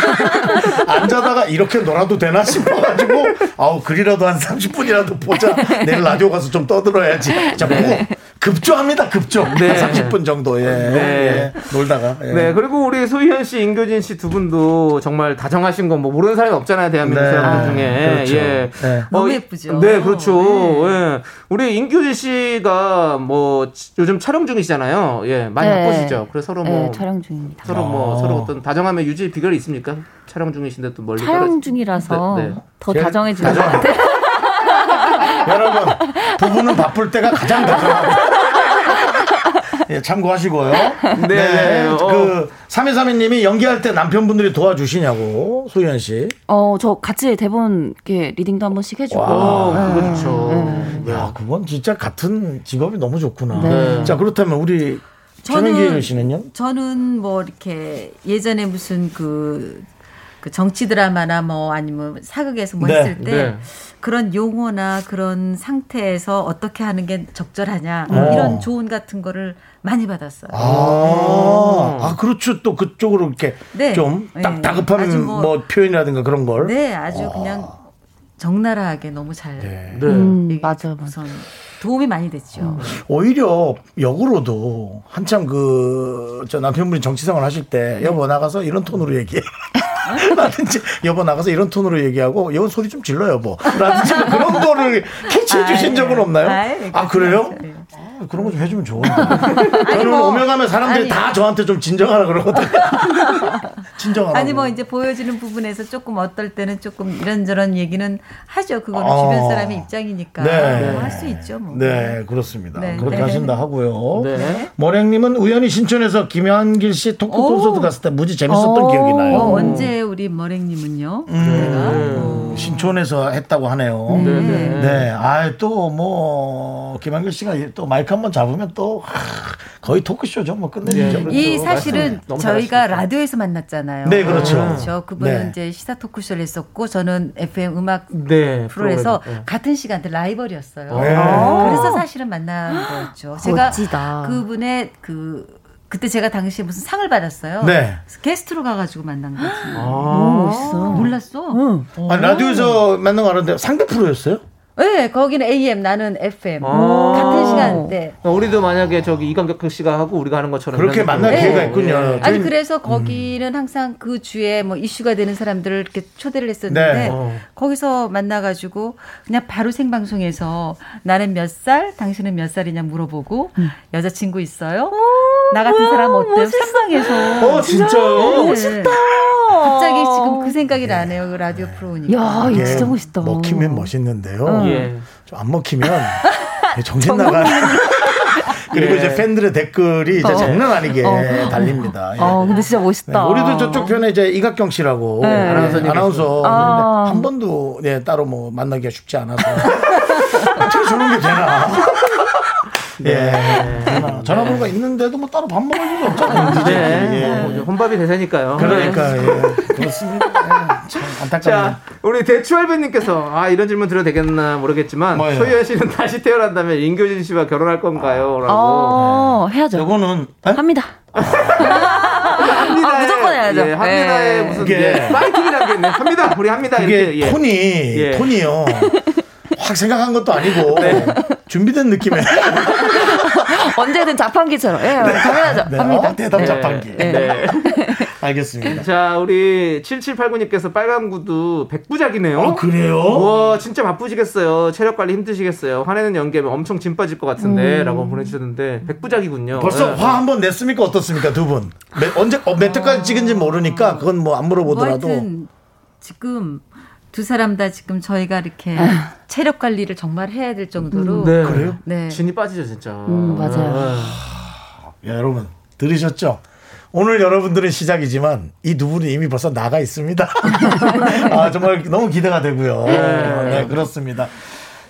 Speaker 1: 안 자다가 이렇게 놀아도 되나 싶어가지고 아우 글이라도 한 30분이라도 보자 내일 라디오 가서 좀 떠들어야지 자꾸 급조합니다, 급조.
Speaker 2: 네.
Speaker 1: 30분 정도, 예.
Speaker 2: 네.
Speaker 1: 예. 놀다가. 예.
Speaker 2: 네, 그리고 우리 소희현 씨, 임교진 씨 두 분도 정말 다정하신 건 뭐 모르는 사람이 없잖아요, 대한민국
Speaker 1: 네.
Speaker 2: 사람들 중에.
Speaker 1: 그렇죠.
Speaker 2: 예.
Speaker 1: 네.
Speaker 8: 너무 예쁘죠.
Speaker 2: 네, 그렇죠. 예. 우리 임교진 씨가 뭐 지- 요즘 촬영 중이시잖아요. 예, 많이
Speaker 9: 네.
Speaker 2: 바쁘시죠. 그래서 서로 뭐
Speaker 9: 네, 촬영 중입니다.
Speaker 2: 서로 뭐
Speaker 1: 아.
Speaker 2: 서로 어떤 다정함의 유지 비결이 있습니까? 촬영 중이신데 또 멀리
Speaker 9: 촬영
Speaker 2: 떨어지-
Speaker 9: 중이라서
Speaker 2: 네, 네.
Speaker 9: 더
Speaker 1: 네. 제일
Speaker 9: 다정해지는 것 같아요.
Speaker 1: 여러분, 부부는 바쁠 때가 가장 다정합니다. 예, 참고하시고요. 네.
Speaker 2: 네, 어.
Speaker 1: 그, 3232님이 연기할 때 남편분들이 도와주시냐고, 소희연 씨.
Speaker 9: 어, 저 같이 대본 이렇게 리딩도 한 번씩 해주고.
Speaker 2: 어, 그거 좋죠.
Speaker 9: 음.
Speaker 1: 야, 그건 진짜 같은 직업이 너무 좋구나.
Speaker 9: 네.
Speaker 1: 자, 그렇다면 우리
Speaker 8: 저는-
Speaker 1: 최민기 씨는요?
Speaker 8: 저는 뭐 이렇게 예전에 무슨 그, 그 정치 드라마나 뭐 아니면 사극에서 뭐
Speaker 1: 네,
Speaker 8: 했을 때
Speaker 2: 네.
Speaker 8: 그런 용어나 그런 상태에서 어떻게 하는 게 적절하냐 뭐
Speaker 1: 어.
Speaker 8: 이런 조언 같은 거를 많이 받았어요.
Speaker 1: 아, 아, 그렇죠. 또 그쪽으로 이렇게
Speaker 8: 네.
Speaker 1: 좀 딱,
Speaker 8: 네.
Speaker 1: 다급한
Speaker 8: 아주
Speaker 1: 뭐,
Speaker 8: 뭐-
Speaker 1: 표현이라든가 그런 걸.
Speaker 8: 네, 아주 그냥 적나라하게 너무 잘
Speaker 1: 예.
Speaker 2: 네.
Speaker 9: 음,
Speaker 8: 이게
Speaker 9: 맞아, 맞아.
Speaker 8: 우선 도움이 많이
Speaker 1: 음.
Speaker 8: 됐죠.
Speaker 1: 오히려 역으로도 한참 그 저 남편분이 정치생활 하실 때
Speaker 8: 네.
Speaker 1: 여보 나가서 이런 톤으로 얘기해. 라든지 여보 나가서 이런 톤으로 얘기하고 여보 소리 좀 질러 여보. 라든지 뭐 그런 거를 캐치해 주신
Speaker 8: 아유, 예.
Speaker 1: 적은 없나요?
Speaker 8: 아유, 예.
Speaker 1: 아 그래요?
Speaker 8: 그렇지 않죠.
Speaker 1: 아, 그런 거 좀 해주면 좋은데.
Speaker 8: 뭐,
Speaker 1: 저는 오며 가면 사람들이
Speaker 8: 아니.
Speaker 1: 다 저한테 좀 진정하라 그러거든요. 네, 진정하라.
Speaker 8: 아니 뭐 이제 보여지는 부분에서 조금 어떨 때는 조금 이런저런 얘기는 하죠. 그거는
Speaker 1: 아.
Speaker 8: 주변 사람의 입장이니까
Speaker 1: 네.
Speaker 8: 뭐 할 수 있죠. 뭐.
Speaker 1: 네, 그렇습니다.
Speaker 8: 네,
Speaker 1: 그렇게
Speaker 8: 네.
Speaker 1: 하신다 하고요.
Speaker 2: 네.
Speaker 1: 모랭님은 우연히 신촌에서 김현길 씨 토크
Speaker 8: 오.
Speaker 1: 콘서트 갔을 때 무지 재밌었던
Speaker 9: 오.
Speaker 1: 기억이
Speaker 8: 어,
Speaker 1: 나요.
Speaker 8: 언제 우리 머랭님은요?
Speaker 1: 음, 신촌에서 했다고 하네요. 네,
Speaker 2: 네.
Speaker 1: 아, 또 뭐, 김한길 씨가 또 마이크 한번 잡으면 또 하, 거의 토크쇼죠. 뭐 끝내주죠.
Speaker 2: 네.
Speaker 8: 이
Speaker 2: 그렇죠.
Speaker 8: 사실은
Speaker 2: 말씀 너무
Speaker 8: 저희가
Speaker 2: 잘하시니까.
Speaker 8: 라디오에서 만났잖아요.
Speaker 1: 네, 그렇죠.
Speaker 8: 그렇죠. 그분은
Speaker 1: 네.
Speaker 8: 이제 시사 토크쇼를 했었고 저는 FM 음악
Speaker 2: 네.
Speaker 8: 프로에서
Speaker 2: 프로그램. 네.
Speaker 8: 같은 시간대 라이벌이었어요.
Speaker 1: 네.
Speaker 8: 그래서 사실은 만난 거였죠. 제가
Speaker 9: 멋지다.
Speaker 8: 그분의 그 그때 제가 당시에 무슨 상을 받았어요.
Speaker 1: 네.
Speaker 8: 그래서 게스트로 가가지고 만난 거지.
Speaker 1: 아.
Speaker 9: 너무 멋있어.
Speaker 8: 아, 몰랐어?
Speaker 1: 아니, 라디오에서 만난 거 알았는데 상대 프로였어요?
Speaker 8: 네, 거기는 AM, 나는 FM.
Speaker 2: 아.
Speaker 8: 같은 시간대. 네.
Speaker 2: 어, 우리도 만약에 저기 이강덕 씨가 하고 우리가 하는 것처럼
Speaker 1: 그렇게
Speaker 2: 이런
Speaker 1: 만날
Speaker 2: 느낌으로.
Speaker 1: 기회가
Speaker 2: 예.
Speaker 1: 있군요.
Speaker 8: 아니
Speaker 1: 네. 저희는- 음.
Speaker 8: 그래서 거기는 항상 그 주에 뭐 이슈가 되는 사람들을 이렇게 초대를
Speaker 1: 네.
Speaker 8: 했었는데
Speaker 2: 어.
Speaker 8: 거기서 만나가지고 그냥 바로 생방송에서 나는 몇 살, 당신은 몇 살이냐 물어보고 여자친구 음. 있어요? 나 같은 사람 어때요? 생방에서
Speaker 1: 어, 진짜요?
Speaker 8: 멋있다. 갑자기 지금 그 생각이 나네요. 그 라디오 프로니까.
Speaker 9: 야,
Speaker 1: 이게
Speaker 9: 이거 진짜 멋있다.
Speaker 1: 아, 네. 먹히면 멋있는데요.
Speaker 2: 예.
Speaker 1: 좀 안 먹히면 예, 정신 나가는. 그리고
Speaker 2: 예.
Speaker 1: 이제 팬들의 댓글이 이제
Speaker 9: 어.
Speaker 1: 장난 아니게
Speaker 9: 어.
Speaker 1: 달립니다. 예.
Speaker 9: 어, 근데 진짜
Speaker 1: 네,
Speaker 9: 멋있다.
Speaker 2: 아.
Speaker 1: 우리도 저쪽 편에 이제 이각경 씨라고
Speaker 2: 네. 아나운서님
Speaker 1: 아나운서
Speaker 9: 아.
Speaker 1: 근데 한 번도 예, 따로 뭐 만나기가 쉽지 않아서 어떻게 저런 게 되나?
Speaker 2: 네.
Speaker 1: 예, 되나. 전화번호가 있는데도 뭐 따로 밥 먹을 일은 없잖아요.
Speaker 2: 네.
Speaker 1: 이제. 예.
Speaker 2: 뭐 이제 혼밥이 대세니까요.
Speaker 1: 그러니까 예. 그렇습니다. 예, 참 안타깝네요.
Speaker 2: 자, 우리 대추알배님께서 아 이런 질문 드려도 되겠나 모르겠지만
Speaker 1: 뭐예요?
Speaker 2: 소희연 씨는 다시 태어난다면 임교진 씨와 결혼할 건가요?라고.
Speaker 9: 어, 해야죠.
Speaker 1: 요거는 예?
Speaker 9: 합니다. 아, 무조건 해야죠.
Speaker 2: 예, 합니다의
Speaker 9: 예.
Speaker 2: 무슨
Speaker 1: 이게-
Speaker 2: 예, 파이팅이라고 했네. 합니다. 우리 합니다.
Speaker 1: 그게
Speaker 2: 이렇게. 예.
Speaker 1: 톤이
Speaker 2: 예.
Speaker 1: 톤이요. 확 생각한 것도 아니고
Speaker 2: 네.
Speaker 1: 준비된 느낌에
Speaker 9: 언제든 자판기처럼. 예, 당연하죠.
Speaker 1: 네,
Speaker 9: 합니다.
Speaker 1: 어, 대답
Speaker 2: 네.
Speaker 1: 자판기.
Speaker 2: 네.
Speaker 1: 알겠습니다.
Speaker 2: 자, 우리 7789님께서 빨간 구두 백부작이네요.
Speaker 1: 어 그래요?
Speaker 2: 와 진짜 바쁘시겠어요. 체력 관리 힘드시겠어요. 화내는 연기하면 엄청 짐 빠질 것
Speaker 9: 음.
Speaker 2: 같은데라고 보내주셨는데 백부작이군요.
Speaker 1: 벌써
Speaker 2: 예.
Speaker 1: 화 한 번 냈습니까 어떻습니까 두 분? 몇, 언제 어, 몇 회까지 찍은지 모르니까 그건 뭐 안
Speaker 8: 뭐
Speaker 1: 물어보더라도
Speaker 8: 하여튼 지금 두 사람 다 지금 저희가 이렇게
Speaker 1: 아.
Speaker 8: 체력 관리를 정말 해야 될
Speaker 1: 음.
Speaker 8: 정도로
Speaker 2: 네.
Speaker 1: 그래요?
Speaker 8: 네.
Speaker 2: 진이 빠지죠 진짜. 네.
Speaker 9: 음, 맞아요.
Speaker 1: 야, 예, 여러분 들으셨죠? 오늘 여러분들은 시작이지만 이 두 분이 이미 벌써 나가 있습니다. 아 정말 너무 기대가 되고요. 네, 그렇습니다.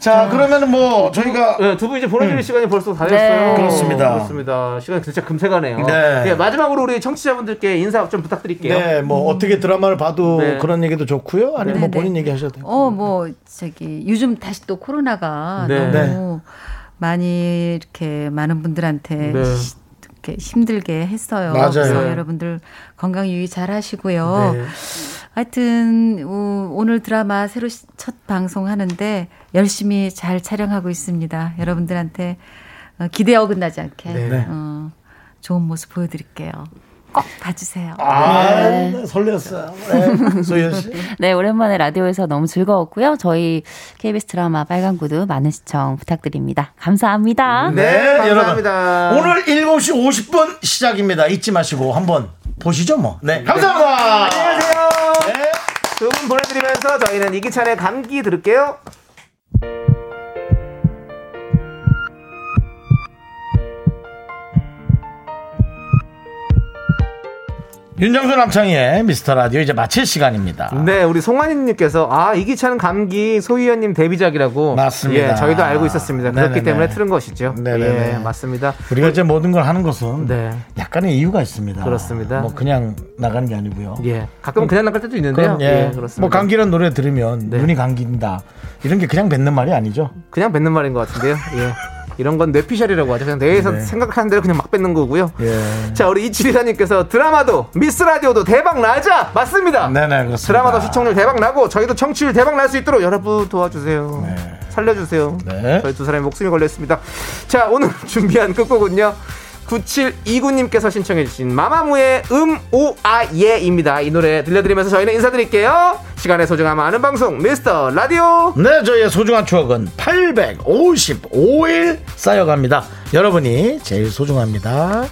Speaker 1: 자 그러면은 뭐 저희가
Speaker 2: 네, 두 분 이제 보내드릴 시간이 벌써 다
Speaker 9: 네.
Speaker 2: 됐어요.
Speaker 1: 음. 그렇습니다.
Speaker 2: 그렇습니다. 시간이 진짜 금세 가네요.
Speaker 1: 네.
Speaker 2: 예, 마지막으로 우리 청취자분들께 인사 좀 부탁드릴게요.
Speaker 1: 네, 뭐 어떻게 드라마를 봐도
Speaker 2: 네.
Speaker 1: 그런 얘기도 좋고요. 그러니까. 아니면 뭐
Speaker 8: 네, 네.
Speaker 1: 본인 얘기 하셔도 돼요.
Speaker 8: 어, 뭐, 저기, 요즘 다시 또 코로나가
Speaker 2: 네.
Speaker 8: 너무 많이 이렇게 많은 분들한테
Speaker 2: 네.
Speaker 8: 시- 이렇게 힘들게 했어요.
Speaker 1: 맞아요. 네.
Speaker 8: 그래서
Speaker 2: 네.
Speaker 8: 여러분들 건강 유의 잘 하시고요. 하여튼, 우- 오늘 드라마 새로 시- 첫 방송 하는데 열심히 잘 촬영하고 있습니다. 여러분들한테 어, 기대 어긋나지 않게
Speaker 1: 네.
Speaker 8: 어, 좋은 모습 보여드릴게요. 꼭 봐주세요.
Speaker 1: 아,
Speaker 9: 네.
Speaker 1: 네, 설레었어요. 네, 소연 씨.
Speaker 9: 네, 오랜만에 라디오에서 너무 즐거웠고요. 저희 KBS 드라마 빨간 구두 많은 시청 부탁드립니다. 감사합니다.
Speaker 1: 네,
Speaker 2: 감사합니다.
Speaker 1: 여러분. 오늘 7시 50분 시작입니다. 잊지 마시고 한번 보시죠, 뭐. 네, 감사합니다.
Speaker 2: 안녕하세요.
Speaker 1: 네.
Speaker 2: 두 분 보내드리면서 저희는 이기찬의 감기 들을게요.
Speaker 1: 윤정수 남창희의 미스터 라디오 이제 마칠 시간입니다.
Speaker 2: 네, 우리 송환님께서 아 이기찬 감기 소희연님 데뷔작이라고
Speaker 1: 맞습니다.
Speaker 2: 예, 저희도 알고 있었습니다. 그렇기
Speaker 1: 네네네.
Speaker 2: 때문에 틀은 것이죠.
Speaker 1: 네네네.
Speaker 2: 예, 맞습니다.
Speaker 1: 우리가 이제 모든 걸 하는 것은
Speaker 2: 네.
Speaker 1: 약간의 이유가 있습니다.
Speaker 2: 그렇습니다.
Speaker 1: 뭐 그냥 나가는 게 아니고요.
Speaker 2: 예, 가끔 그냥 나갈 때도 있는데요.
Speaker 1: 음. 그럼 예,
Speaker 2: 그렇습니다.
Speaker 1: 뭐 감기란 노래 들으면
Speaker 2: 네.
Speaker 1: 눈이 감긴다 이런 게 그냥 뱉는 말이 아니죠.
Speaker 2: 그냥 뱉는 말인 것 같은데요. 예. 이런 건 뇌피셜이라고 하죠. 그냥 뇌에서
Speaker 1: 네.
Speaker 2: 생각하는 대로 그냥 막 뱉는 거고요.
Speaker 1: 예.
Speaker 2: 자, 우리 이치리사님께서 드라마도 미스 라디오도 대박 나자 맞습니다.
Speaker 1: 네네 그렇습니다.
Speaker 2: 드라마도 시청률 대박 나고 저희도 청취율 대박 날 수 있도록 여러분 도와주세요. 살려주세요.
Speaker 1: 네.
Speaker 2: 저희 두 사람의 목숨이 걸렸습니다. 자, 오늘 준비한 끝곡은요. 9729님께서 신청해주신 마마무의 음, 오, 아, 예 입니다. 이 노래 들려드리면서 저희는 인사드릴게요. 시간의 소중함 아는 방송, 미스터 라디오.
Speaker 1: 네, 저희의 소중한 추억은 855일 쌓여갑니다. 여러분이 제일 소중합니다.